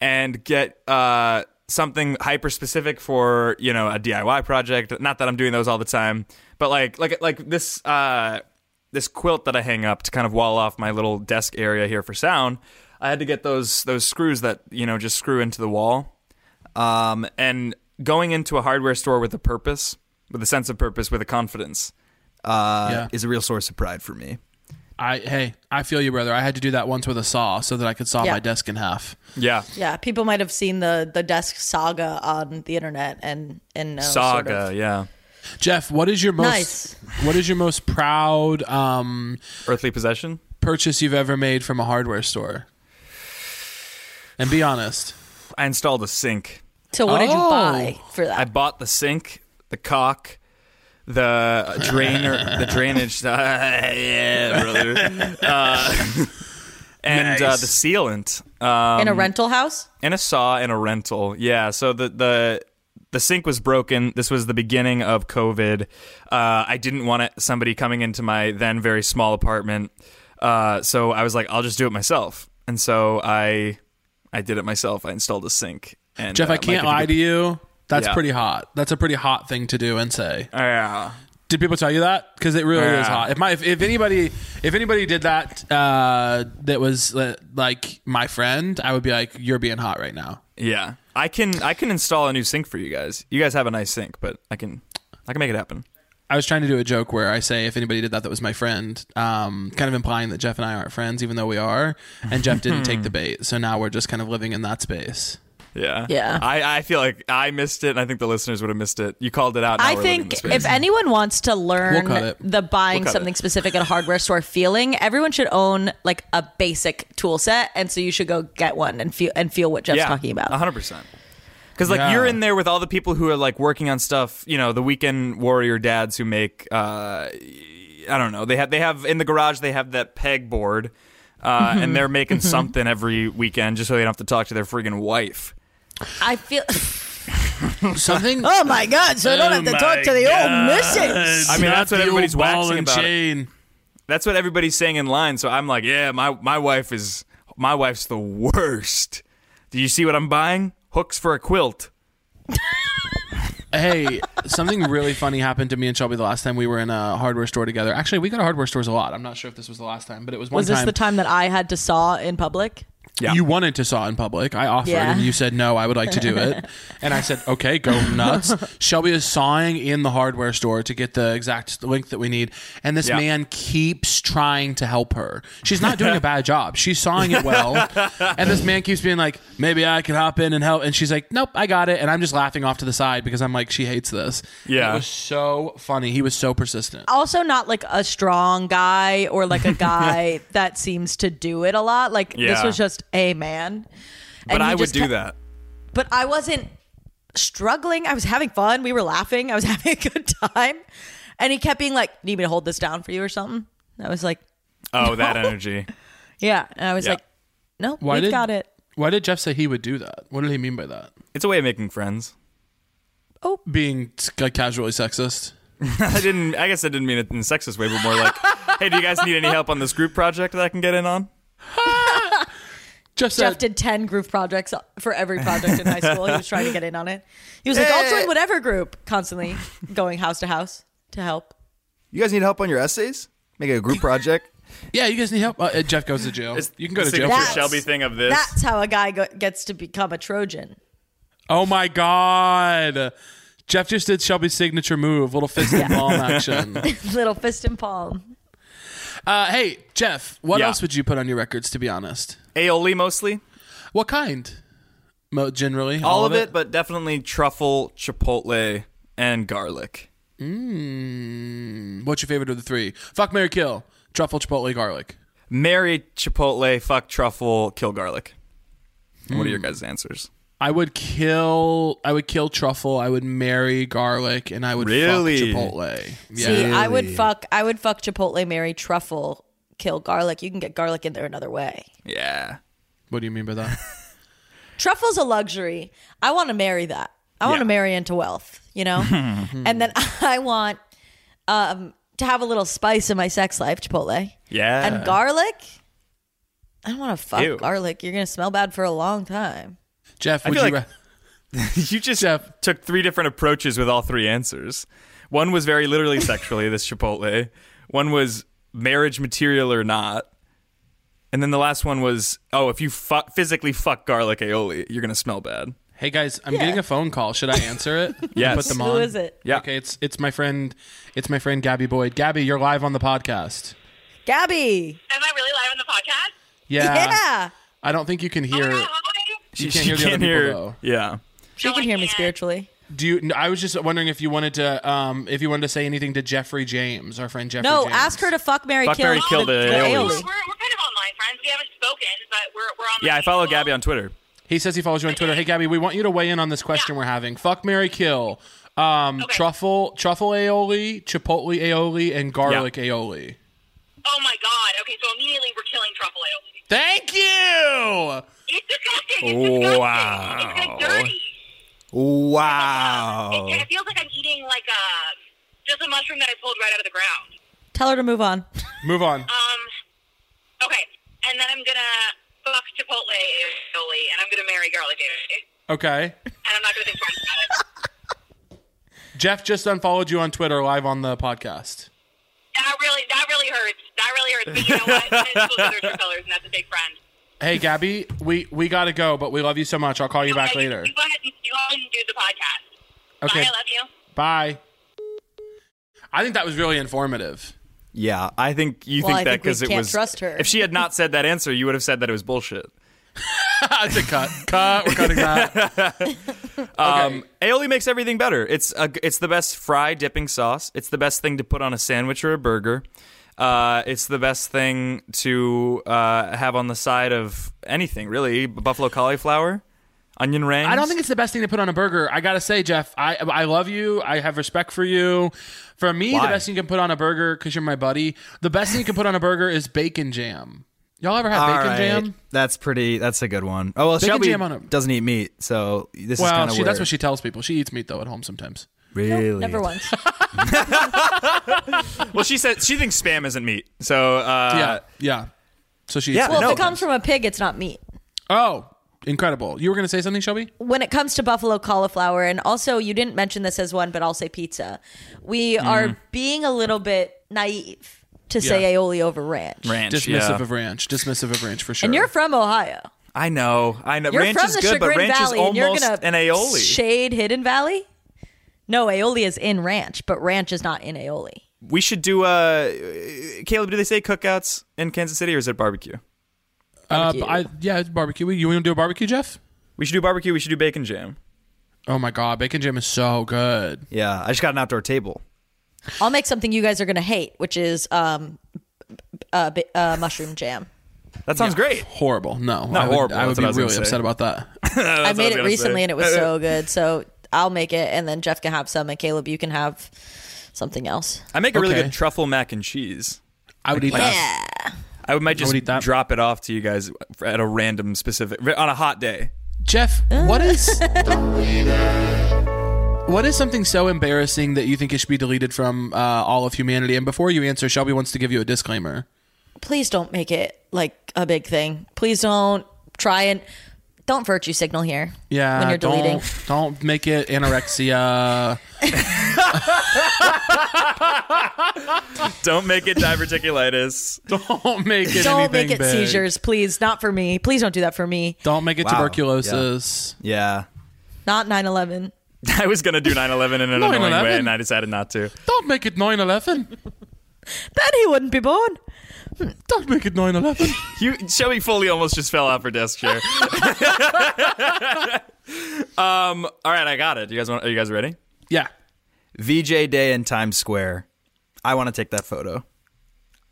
[SPEAKER 3] and get uh, something hyper specific for you know a DIY project. Not that I'm doing those all the time, but like like like this uh, this quilt that I hang up to kind of wall off my little desk area here for sound. I had to get those those screws that you know just screw into the wall. Um, and going into a hardware store with a purpose, with a sense of purpose, with a confidence. uh,
[SPEAKER 2] yeah.
[SPEAKER 4] Is a real source of pride for me.
[SPEAKER 2] I hey, I feel you, brother. I had to do that once with a saw so that I could saw
[SPEAKER 1] Yeah.
[SPEAKER 2] my desk in half.
[SPEAKER 3] Yeah.
[SPEAKER 1] Yeah, people might have seen the the desk saga on the internet and and know, sort
[SPEAKER 3] Saga,
[SPEAKER 1] of.
[SPEAKER 3] yeah.
[SPEAKER 2] Jeff, what is your most
[SPEAKER 1] Nice.
[SPEAKER 2] what is your most proud um,
[SPEAKER 3] Earthly possession.
[SPEAKER 2] purchase you've ever made from a hardware store? And be honest.
[SPEAKER 3] I installed a sink.
[SPEAKER 1] So what did you
[SPEAKER 2] Oh.
[SPEAKER 1] buy for
[SPEAKER 3] I
[SPEAKER 1] that?
[SPEAKER 3] bought the sink, the cock, the drainer, the drainage. <laughs> yeah, brother. Uh, <laughs> and uh,
[SPEAKER 2] Nice.
[SPEAKER 3] the sealant um,
[SPEAKER 1] In a rental house?
[SPEAKER 3] and a saw and a rental. Yeah. So the the the sink was broken. This was the beginning of COVID. Uh, I didn't want it, somebody coming into my then very small apartment. Uh, so I was like, I'll just do it myself. And so I I did it myself. I installed a sink. And,
[SPEAKER 2] Jeff,
[SPEAKER 3] uh,
[SPEAKER 2] I can't
[SPEAKER 3] Mike,
[SPEAKER 2] lie
[SPEAKER 3] if
[SPEAKER 2] to
[SPEAKER 3] you
[SPEAKER 2] you. That's
[SPEAKER 3] Yeah.
[SPEAKER 2] pretty hot. That's a pretty hot thing to do and say.
[SPEAKER 3] could- Yeah.
[SPEAKER 2] Did people tell you that? Because it really is
[SPEAKER 3] Yeah.
[SPEAKER 2] hot. If my if, if anybody if anybody did that uh, that was uh, like my friend, I would be like, you're being hot right now.
[SPEAKER 3] Yeah. I can I can install a new sink for you guys. You guys have a nice sink, but I can I can make it happen.
[SPEAKER 2] I was trying to do a joke where I say if anybody did that, that was my friend, um, kind of implying that Jeff and I aren't friends, even though we are. And Jeff didn't take the bait, so now we're just kind of living in that space.
[SPEAKER 3] Yeah.
[SPEAKER 1] Yeah.
[SPEAKER 3] I, I feel like I missed it and I think the listeners would have missed it. You called it out. now
[SPEAKER 1] I
[SPEAKER 3] we're living
[SPEAKER 1] think
[SPEAKER 3] the space.
[SPEAKER 1] if anyone wants to learn
[SPEAKER 2] We'll cut it.
[SPEAKER 1] the buying
[SPEAKER 3] We'll cut
[SPEAKER 1] something
[SPEAKER 3] it.
[SPEAKER 1] specific at a hardware store feeling, everyone should own like a basic tool set, and so you should go get one and feel and feel what Jeff's talking about.
[SPEAKER 3] 100%. Because like
[SPEAKER 2] Yeah.
[SPEAKER 3] you're in there with all the people who are like working on stuff, you know, the weekend warrior dads who make, uh, I don't know, they have they have in the garage they have that pegboard, uh, and they're making something every weekend just so they don't have to talk to their friggin' wife.
[SPEAKER 1] I feel. <laughs>
[SPEAKER 2] Something.
[SPEAKER 1] Oh my god! So I don't have to talk to the old missus.
[SPEAKER 3] Oh I mean, that's what everybody's
[SPEAKER 2] ball
[SPEAKER 3] waxing
[SPEAKER 2] and
[SPEAKER 3] about.
[SPEAKER 2] chain.
[SPEAKER 3] That's what everybody's saying in line. So I'm like, yeah, my my wife is my wife's the worst. Do you see what I'm buying? Hooks for a quilt.
[SPEAKER 2] hey, something really funny happened to me and Shelby the last time we were in a hardware store together. Actually, we go to hardware stores a lot. I'm not sure if this was the last time, but it was one
[SPEAKER 1] Was
[SPEAKER 2] time.
[SPEAKER 1] this the time that I had to saw in public?
[SPEAKER 3] Yeah.
[SPEAKER 2] You wanted to saw in public. I offered,
[SPEAKER 1] Yeah.
[SPEAKER 2] and you said no. I would like to do
[SPEAKER 3] <laughs>
[SPEAKER 2] it, and I said okay, go nuts. Shelby is sawing in the hardware store to get the exact link that we need, and this
[SPEAKER 3] Yeah.
[SPEAKER 2] man keeps trying to help her. She's not doing a bad job. She's sawing it well, and this man keeps being like, maybe I could hop in and help, and she's like, nope, I got it, and I'm just laughing off to the side because I'm like, she hates this. And
[SPEAKER 3] Yeah.
[SPEAKER 2] it was so funny. He was so persistent.
[SPEAKER 1] Also, not like a strong guy or like
[SPEAKER 3] <laughs>
[SPEAKER 1] a guy that seems to do it a lot. Like this
[SPEAKER 3] Yeah.
[SPEAKER 1] was just a man.
[SPEAKER 3] But
[SPEAKER 1] And he
[SPEAKER 3] I would
[SPEAKER 1] just
[SPEAKER 3] do
[SPEAKER 1] kept-
[SPEAKER 3] that.
[SPEAKER 1] But I wasn't struggling. I was having fun. We were laughing. I was <laughs> having a good time. And he kept being like, "Need me to hold this down for you or something?" And I was like, <laughs>
[SPEAKER 3] Oh, that energy.
[SPEAKER 1] "Yeah." And I was
[SPEAKER 3] Yeah.
[SPEAKER 1] like, "No,
[SPEAKER 2] Why
[SPEAKER 1] we've
[SPEAKER 2] did-
[SPEAKER 1] got it."
[SPEAKER 2] Why did Jeff say he would do that? What did he mean by that?
[SPEAKER 3] It's a way of making friends.
[SPEAKER 2] Being like, casually sexist.
[SPEAKER 3] I didn't. I guess I didn't mean it in a sexist way, but more like, hey, do you guys need any help on this group project that I can get in on?
[SPEAKER 2] Jeff said,
[SPEAKER 1] Jeff did 10 group projects for every project in high school. He was trying to get in on it. He was like, I'll join whatever group, constantly going house to house to help.
[SPEAKER 4] You guys need help on your essays? Make a group project.
[SPEAKER 2] Yeah, you guys need help. Uh, Jeff goes to jail.
[SPEAKER 3] It's
[SPEAKER 2] you can go to
[SPEAKER 3] the
[SPEAKER 2] jail.
[SPEAKER 3] signature
[SPEAKER 1] That's-
[SPEAKER 3] Shelby thing of this.
[SPEAKER 1] That's how a guy go- gets to become a Trojan. <laughs>
[SPEAKER 2] Oh my god. Jeff just did Shelby's signature move, little fist and palm action.
[SPEAKER 1] Little fist and palm.
[SPEAKER 2] Uh, hey, Jeff, what
[SPEAKER 3] Yeah.
[SPEAKER 2] else would you put on your records? To be honest,
[SPEAKER 3] Aioli mostly.
[SPEAKER 2] what kind? Mo- generally,
[SPEAKER 3] all of it, but definitely truffle, chipotle, and garlic.
[SPEAKER 2] What's your favorite of the three? Fuck, Mary, kill. Truffle, chipotle, garlic.
[SPEAKER 3] Marry chipotle, fuck truffle, kill garlic. What are your guys' answers?
[SPEAKER 2] I would kill. I would kill truffle. I would marry garlic, and I would
[SPEAKER 3] Really?
[SPEAKER 2] fuck chipotle. Yeah.
[SPEAKER 1] See, I would fuck I would fuck Chipotle, Mary Truffle, kill garlic. You can get garlic in there another way.
[SPEAKER 3] Yeah.
[SPEAKER 2] what do you mean by
[SPEAKER 3] <laughs>
[SPEAKER 2] that?
[SPEAKER 1] Truffle's a luxury. I want to marry that. I want
[SPEAKER 3] Yeah.
[SPEAKER 1] to marry into wealth, you
[SPEAKER 3] <laughs>
[SPEAKER 1] know? and then <laughs> I want um, to have a little spice in my sex life, Chipotle.
[SPEAKER 3] Yeah.
[SPEAKER 1] and garlic. I don't want to fuck
[SPEAKER 3] Ew.
[SPEAKER 1] garlic. You're gonna smell bad for a long time.
[SPEAKER 2] Jeff, would
[SPEAKER 3] feel
[SPEAKER 2] you?
[SPEAKER 3] like-
[SPEAKER 2] ra-
[SPEAKER 3] you just
[SPEAKER 2] Jeff.
[SPEAKER 3] took three different approaches with all three answers. One was
[SPEAKER 2] <laughs>
[SPEAKER 3] very literally sexually, this chipotle. One was marriage material or not. And then the last one was, oh, if you fu- physically fuck garlic aioli, you're going to smell bad.
[SPEAKER 2] Hey guys, I'm getting a phone call. Should I answer
[SPEAKER 1] <laughs>
[SPEAKER 2] it? Yeah.
[SPEAKER 3] Yes.
[SPEAKER 2] Put them
[SPEAKER 1] Who
[SPEAKER 2] on.
[SPEAKER 1] is it?
[SPEAKER 3] Yeah.
[SPEAKER 2] Okay. It's it's my friend. It's my friend Gabby Boyd. Gabby, you're live on the podcast.
[SPEAKER 1] Gabby.
[SPEAKER 6] Am I really live on the podcast?
[SPEAKER 2] Yeah.
[SPEAKER 1] yeah.
[SPEAKER 2] I don't think you can hear.
[SPEAKER 6] Oh, hi.
[SPEAKER 2] you
[SPEAKER 3] <laughs>
[SPEAKER 2] can't hear the other people
[SPEAKER 3] Yeah.
[SPEAKER 1] She
[SPEAKER 6] No,
[SPEAKER 1] can
[SPEAKER 6] I
[SPEAKER 1] hear me
[SPEAKER 6] can't.
[SPEAKER 1] spiritually.
[SPEAKER 2] though. Do you? no, I was just wondering if you wanted to, um, if you wanted to say anything to Jeffrey James, our friend Jeffrey.
[SPEAKER 1] No,
[SPEAKER 2] James.
[SPEAKER 1] ask her to fuck Mary
[SPEAKER 3] Fuck,
[SPEAKER 1] kill
[SPEAKER 3] marry, kill the
[SPEAKER 6] We're,
[SPEAKER 3] Aioli.
[SPEAKER 6] we're, we're kind of online friends. We haven't spoken, but we're, we're on.
[SPEAKER 3] Yeah, I follow Gabby on
[SPEAKER 6] Twitter.
[SPEAKER 3] Twitter.
[SPEAKER 2] He says he follows you on Twitter. Hey Gabby, we want you to weigh in on this question we're having. Fuck, Mary, kill. Um,
[SPEAKER 6] Okay.
[SPEAKER 2] truffle, truffle aioli, chipotle aioli, and garlic aioli.
[SPEAKER 6] Oh my god. Okay, so immediately we're killing truffle aioli.
[SPEAKER 2] Thank you.
[SPEAKER 6] <laughs> It's disgusting. It's disgusting. It's
[SPEAKER 3] Wow. Oh.
[SPEAKER 6] like dirty.
[SPEAKER 1] <laughs>
[SPEAKER 4] Wow.
[SPEAKER 6] It, it feels like I'm eating like a just a mushroom that I pulled right out of the ground.
[SPEAKER 1] Tell her to move on.
[SPEAKER 2] Move on.
[SPEAKER 6] Um. Okay, and then I'm gonna fuck chipotle aioli, and I'm gonna marry garlic aioli,
[SPEAKER 2] Okay.
[SPEAKER 6] and I'm not gonna think
[SPEAKER 3] <laughs>
[SPEAKER 6] twice about it.
[SPEAKER 2] Jeff just unfollowed you on Twitter live on the podcast.
[SPEAKER 6] That really, that really hurts. That really hurts. But you know what? High school colors are colors, and that's a big friend.
[SPEAKER 2] Hey Gabby, we we gotta go, but we love you so much. I'll call you back
[SPEAKER 6] Okay,
[SPEAKER 2] later.
[SPEAKER 6] You go ahead and, you go ahead and do the podcast.
[SPEAKER 2] Okay.
[SPEAKER 6] Bye, I love you.
[SPEAKER 2] Bye. I think that was really informative.
[SPEAKER 4] Yeah.
[SPEAKER 3] I think you
[SPEAKER 1] Well, I
[SPEAKER 3] think that
[SPEAKER 1] think we
[SPEAKER 3] because it
[SPEAKER 1] can't
[SPEAKER 3] was.
[SPEAKER 1] trust her.
[SPEAKER 3] If she had not said that answer, you would have said that it was bullshit.
[SPEAKER 2] That's a cut. <laughs> Cut. We're cutting that.
[SPEAKER 3] Um, aioli makes everything better. It's a, it's the best fry dipping sauce. It's the best thing to put on a sandwich or a burger. Uh, it's the best thing to uh, have on the side of anything, really. Buffalo cauliflower, onion rings.
[SPEAKER 2] I don't think it's the best thing to put on a burger. I gotta say, Jeff, I I love you. I have respect for you. For me,
[SPEAKER 3] Why?
[SPEAKER 2] the best thing you can put on a burger, because you're my buddy. The best thing you can put on a burger is bacon jam. Y'all ever had
[SPEAKER 4] All
[SPEAKER 2] bacon
[SPEAKER 4] right.
[SPEAKER 2] jam?
[SPEAKER 4] That's pretty. That's a good one. Oh well,
[SPEAKER 2] Bacon
[SPEAKER 4] Shelby
[SPEAKER 2] jam on a-
[SPEAKER 4] doesn't eat meat, so this is
[SPEAKER 2] Well,
[SPEAKER 4] kind
[SPEAKER 2] she, that's what she tells people. She eats meat though at home sometimes.
[SPEAKER 4] really.
[SPEAKER 1] Never
[SPEAKER 3] <laughs>
[SPEAKER 1] once.
[SPEAKER 3] Well, she said she thinks spam isn't meat. So uh,
[SPEAKER 2] yeah, yeah. So she. Eats
[SPEAKER 3] Yeah,
[SPEAKER 2] meat.
[SPEAKER 1] Well,
[SPEAKER 3] No.
[SPEAKER 1] if it comes from a pig, it's not meat.
[SPEAKER 2] Oh, incredible. You were going to say something, Shelby?
[SPEAKER 1] when it comes to buffalo cauliflower, and also you didn't mention this as one, but I'll say pizza. We
[SPEAKER 3] Mm-hmm.
[SPEAKER 1] are being a little bit naive to say
[SPEAKER 2] Yeah.
[SPEAKER 1] aioli over ranch.
[SPEAKER 3] ranch.
[SPEAKER 2] Dismissive
[SPEAKER 3] yeah.
[SPEAKER 2] of ranch. Dismissive of ranch for sure.
[SPEAKER 1] And you're from Ohio.
[SPEAKER 3] I know. I know.
[SPEAKER 1] You're
[SPEAKER 3] ranch
[SPEAKER 1] from
[SPEAKER 3] is
[SPEAKER 1] the
[SPEAKER 3] good, but
[SPEAKER 1] Chagrin
[SPEAKER 3] ranch
[SPEAKER 1] Valley,
[SPEAKER 3] is
[SPEAKER 1] and you're
[SPEAKER 3] almost
[SPEAKER 1] gonna
[SPEAKER 3] an aioli.
[SPEAKER 1] Shade Hidden Valley. No, aioli is in ranch, but ranch is not in aioli.
[SPEAKER 3] we should do. Uh, Caleb, do they say cookouts in Kansas City or is it barbecue?
[SPEAKER 2] uh, b- I, yeah, it's barbecue. You want to do a barbecue, Jeff?
[SPEAKER 3] We should do barbecue. We should do bacon jam.
[SPEAKER 2] Oh my god, bacon jam is so good.
[SPEAKER 4] Yeah, I just got an outdoor table.
[SPEAKER 1] I'll make something you guys are gonna hate, which is um, b- uh, bi- uh, mushroom jam.
[SPEAKER 3] That sounds great.
[SPEAKER 2] Horrible. No,
[SPEAKER 3] Not
[SPEAKER 2] I would,
[SPEAKER 3] horrible,
[SPEAKER 2] I would
[SPEAKER 3] that's
[SPEAKER 2] be
[SPEAKER 3] what I was gonna
[SPEAKER 2] really
[SPEAKER 3] say.
[SPEAKER 2] upset about that.
[SPEAKER 1] I
[SPEAKER 3] what I
[SPEAKER 1] made
[SPEAKER 3] was
[SPEAKER 1] it
[SPEAKER 3] gonna
[SPEAKER 1] recently
[SPEAKER 3] say.
[SPEAKER 1] and it
[SPEAKER 3] <laughs>
[SPEAKER 1] was so good. So I'll make it, and then Jeff can have some, and Caleb, you can have something else.
[SPEAKER 3] I make a really
[SPEAKER 2] Okay.
[SPEAKER 3] good truffle mac and cheese.
[SPEAKER 2] I would eat that.
[SPEAKER 1] Yeah.
[SPEAKER 3] I would- might just
[SPEAKER 2] would eat that.
[SPEAKER 3] drop it off to you guys at a random specific on a hot day.
[SPEAKER 2] Jeff,
[SPEAKER 1] <laughs>
[SPEAKER 2] what is what is something so embarrassing that you think it should be deleted from uh, all of humanity? And before you answer, Shelby wants to give you a disclaimer.
[SPEAKER 1] Please don't make it like a big thing. Please don't try and don't virtue signal here.
[SPEAKER 2] Yeah,
[SPEAKER 1] when you're
[SPEAKER 2] don't
[SPEAKER 1] deleting.
[SPEAKER 2] don't make it anorexia.
[SPEAKER 3] Don't make it diverticulitis.
[SPEAKER 2] <laughs> don't make it.
[SPEAKER 1] Don't
[SPEAKER 2] anything
[SPEAKER 1] make it
[SPEAKER 2] big.
[SPEAKER 1] seizures, please. Not for me. Please don't do that for me.
[SPEAKER 2] Don't make it
[SPEAKER 4] Wow.
[SPEAKER 2] tuberculosis.
[SPEAKER 4] <laughs> Yeah.
[SPEAKER 1] Not 9/11.
[SPEAKER 3] <laughs> I was gonna do 9/11 in an annoying
[SPEAKER 2] 9/11?
[SPEAKER 3] way, and I decided not to.
[SPEAKER 2] Don't make it 9/11.
[SPEAKER 1] Then he wouldn't be born.
[SPEAKER 2] Don't make it 9/11.
[SPEAKER 3] You, Shelby Foley almost just fell off her desk chair. <laughs> um. All right, I got it. You guys want? Are you guys ready?
[SPEAKER 2] yeah.
[SPEAKER 4] VJ Day in Times Square. I want to take that photo.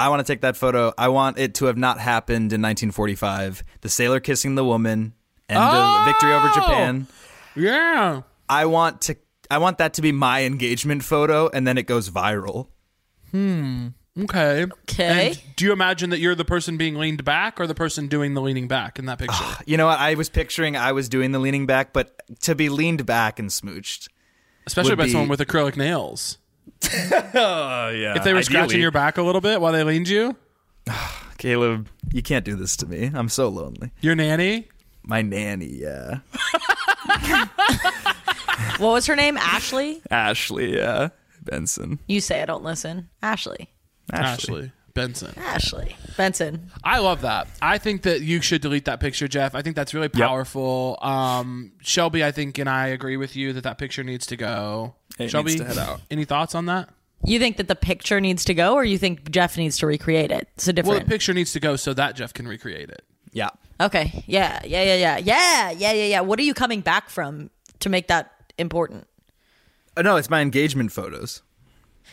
[SPEAKER 4] I want to take that photo. I want it to have not happened in 1945. The sailor kissing the woman and the victory
[SPEAKER 3] Oh!
[SPEAKER 4] over Japan.
[SPEAKER 2] Yeah.
[SPEAKER 4] I want to I want that to be my engagement photo and then it goes viral.
[SPEAKER 2] Okay.
[SPEAKER 1] Okay.
[SPEAKER 2] And do you imagine that you're the person being leaned back or the person doing the leaning back in that picture?
[SPEAKER 4] You know what? I was picturing I was doing the leaning back, but to be leaned back and smooched.
[SPEAKER 2] Especially
[SPEAKER 4] would
[SPEAKER 2] by
[SPEAKER 4] be-
[SPEAKER 2] someone with acrylic nails.
[SPEAKER 3] Oh yeah.
[SPEAKER 2] If they were scratching your back a little bit while they leaned you,
[SPEAKER 3] Caleb.
[SPEAKER 4] You can't do this to me. I'm so lonely.
[SPEAKER 2] your nanny.
[SPEAKER 4] My nanny, yeah.
[SPEAKER 1] What was her name? Ashley.
[SPEAKER 3] Ashley. Yeah. Benson.
[SPEAKER 1] You say I don't listen. Ashley.
[SPEAKER 2] Ashley Benson.
[SPEAKER 1] Ashley Benson.
[SPEAKER 2] I love that. I think that you should delete that picture, Jeff. I think that's really powerful. Um, Shelby, I think, and I agree with you that that picture needs to go.
[SPEAKER 3] It
[SPEAKER 2] Shelby,
[SPEAKER 3] needs to head out.
[SPEAKER 2] any thoughts on that?
[SPEAKER 1] You think that the picture needs to go, or you think Jeff needs to recreate it? It's a
[SPEAKER 2] Well,
[SPEAKER 1] different.
[SPEAKER 2] the picture needs to go so that Jeff can recreate it.
[SPEAKER 4] Yeah.
[SPEAKER 1] okay. Yeah. Yeah. Yeah. Yeah. Yeah. Yeah. Yeah. Yeah. What are you coming back from to make that important?
[SPEAKER 4] Uh, No, it's my engagement photos.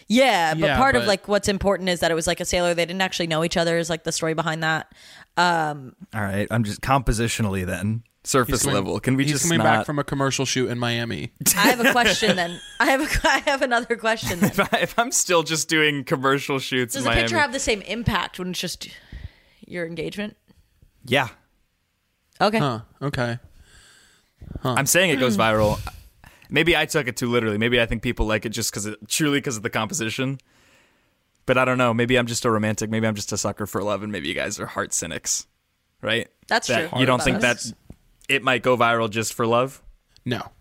[SPEAKER 1] Yeah, but
[SPEAKER 2] Yeah,
[SPEAKER 1] part of
[SPEAKER 2] but-
[SPEAKER 1] like what's important is that it was like a sailor. They didn't actually know each other. Is like the story behind that.
[SPEAKER 4] All right. I'm just compositionally then.
[SPEAKER 3] Surface
[SPEAKER 2] Coming-
[SPEAKER 3] level. Can we
[SPEAKER 2] he's
[SPEAKER 3] just
[SPEAKER 2] coming
[SPEAKER 4] <laughs>
[SPEAKER 3] not?
[SPEAKER 2] back from a commercial shoot in Miami?
[SPEAKER 1] I have a question. then I have a, <laughs> I have another question. Then.
[SPEAKER 3] if I'm still just doing commercial shoots
[SPEAKER 1] Does
[SPEAKER 3] in
[SPEAKER 1] the
[SPEAKER 3] Miami.
[SPEAKER 1] picture have the same impact when it's just your engagement?
[SPEAKER 4] Yeah.
[SPEAKER 1] Okay.
[SPEAKER 2] Huh. Okay.
[SPEAKER 3] I'm saying it
[SPEAKER 1] Hmm.
[SPEAKER 3] goes viral. Maybe I took it too literally. Maybe I think people like it just because it truly because of the composition. But I don't know. Maybe I'm just a romantic. Maybe I'm just a sucker for love, and maybe you guys are heart cynics, right?
[SPEAKER 1] That's
[SPEAKER 3] That-
[SPEAKER 1] true.
[SPEAKER 3] You don't
[SPEAKER 1] Heart
[SPEAKER 3] think that it might go viral just for love?
[SPEAKER 2] No.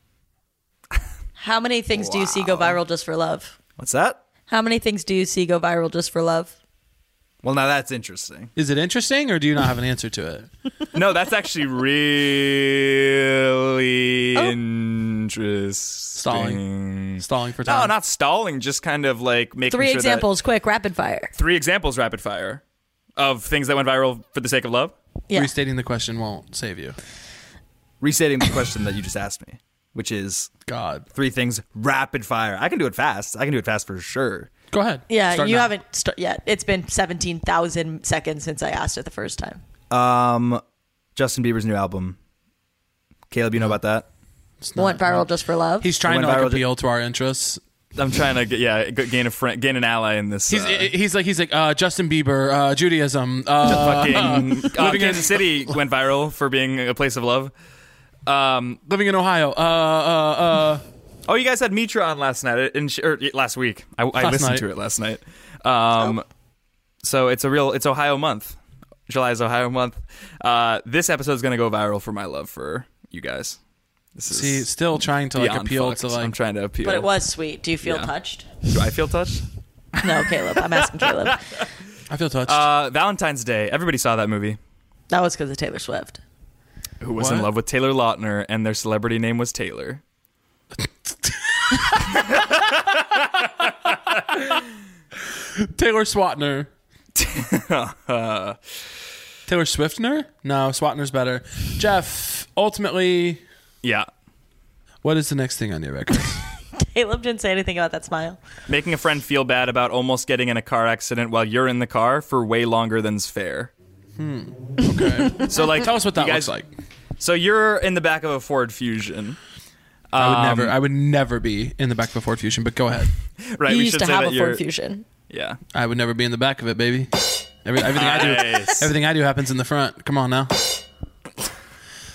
[SPEAKER 1] How many things do you see go viral just for love?
[SPEAKER 4] What's that?
[SPEAKER 1] How many things do you see go viral just for love?
[SPEAKER 4] Well, now that's interesting.
[SPEAKER 2] Is it interesting, or do you not have an answer to it?
[SPEAKER 3] No, that's actually
[SPEAKER 1] <laughs>
[SPEAKER 3] really
[SPEAKER 1] Oh.
[SPEAKER 3] interesting.
[SPEAKER 2] Stalling. Stalling for time.
[SPEAKER 3] No, not stalling. Just kind of like making
[SPEAKER 1] Three
[SPEAKER 3] sure that-
[SPEAKER 1] examples, quick, rapid fire.
[SPEAKER 3] three examples, rapid fire, of things that went viral for the sake of love.
[SPEAKER 1] Yeah.
[SPEAKER 2] Restating the question won't save you.
[SPEAKER 4] Restating the question that you just asked me, which is
[SPEAKER 2] God.
[SPEAKER 4] three things rapid fire. I can do it fast. I can do it fast for sure.
[SPEAKER 2] Go ahead.
[SPEAKER 1] Yeah,
[SPEAKER 2] Start
[SPEAKER 1] you
[SPEAKER 2] now.
[SPEAKER 1] haven't st- yet. It's been 17,000 seconds since I asked it the first time.
[SPEAKER 4] Um, Justin Bieber's new album. Caleb, you know about that?
[SPEAKER 2] It's not-
[SPEAKER 1] Went viral just for love.
[SPEAKER 2] He's trying
[SPEAKER 4] It
[SPEAKER 2] to
[SPEAKER 4] went
[SPEAKER 2] like,
[SPEAKER 4] viral ju-
[SPEAKER 2] appeal to our interests.
[SPEAKER 3] I'm trying to get, yeah g- gain a friend, gain an ally in this.
[SPEAKER 2] He's
[SPEAKER 3] uh,
[SPEAKER 2] he's like he's like uh, Justin Bieber, uh, Judaism.
[SPEAKER 3] <laughs>
[SPEAKER 2] Uh,
[SPEAKER 3] fucking uh,
[SPEAKER 2] <laughs> living in-
[SPEAKER 3] Kansas City went viral for being a place of love. Um,
[SPEAKER 2] living in Ohio. Uh, uh, uh,
[SPEAKER 3] oh, you guys had Mitra on last night and she, or yeah, last week. I, I
[SPEAKER 2] Last
[SPEAKER 3] listened
[SPEAKER 2] night.
[SPEAKER 1] Oh.
[SPEAKER 3] to it last night. Um, So it's a real it's Ohio month. July is Ohio month. Uh, this episode is going to go viral for my love for you guys. This is
[SPEAKER 2] See, still trying to like
[SPEAKER 3] beyond
[SPEAKER 2] appeal
[SPEAKER 3] fucked.
[SPEAKER 2] to like.
[SPEAKER 3] I'm trying to appeal.
[SPEAKER 1] But it was sweet. Do you feel
[SPEAKER 3] Yeah.
[SPEAKER 1] touched?
[SPEAKER 3] Do I feel touched?
[SPEAKER 1] No, Caleb. I'm
[SPEAKER 2] <laughs>
[SPEAKER 1] asking Caleb.
[SPEAKER 2] I feel touched.
[SPEAKER 3] Uh, Valentine's Day. Everybody saw that movie.
[SPEAKER 1] That was because of Taylor Swift.
[SPEAKER 3] Who was in
[SPEAKER 2] What?
[SPEAKER 3] love with Taylor Lautner and their celebrity name was Taylor.
[SPEAKER 2] Taylor
[SPEAKER 3] <laughs>
[SPEAKER 2] Swatner. Taylor Swiftner? No, Swatner's better. Jeff, ultimately,
[SPEAKER 3] Yeah.
[SPEAKER 2] what is the next thing on your record?
[SPEAKER 1] Caleb didn't say anything about that smile.
[SPEAKER 3] Making a friend feel bad about almost getting in a car accident while you're in the car for way longer than's fair. Hmm. Okay. <laughs> So like
[SPEAKER 2] Tell us what that
[SPEAKER 3] you guys,
[SPEAKER 2] looks like.
[SPEAKER 3] So you're in the back of a Ford Fusion.
[SPEAKER 2] I
[SPEAKER 4] Um,
[SPEAKER 2] would never, I would never be in the back of a Ford Fusion. But go ahead.
[SPEAKER 3] Right,
[SPEAKER 1] You
[SPEAKER 3] we
[SPEAKER 1] used
[SPEAKER 3] should
[SPEAKER 1] to
[SPEAKER 3] say
[SPEAKER 1] have
[SPEAKER 3] that
[SPEAKER 1] a
[SPEAKER 3] you're
[SPEAKER 1] Ford Fusion.
[SPEAKER 3] Yeah.
[SPEAKER 2] I would never be in the back of it, baby. Every, everything I do,
[SPEAKER 3] Nice.
[SPEAKER 2] everything I do happens in the front. Come on now.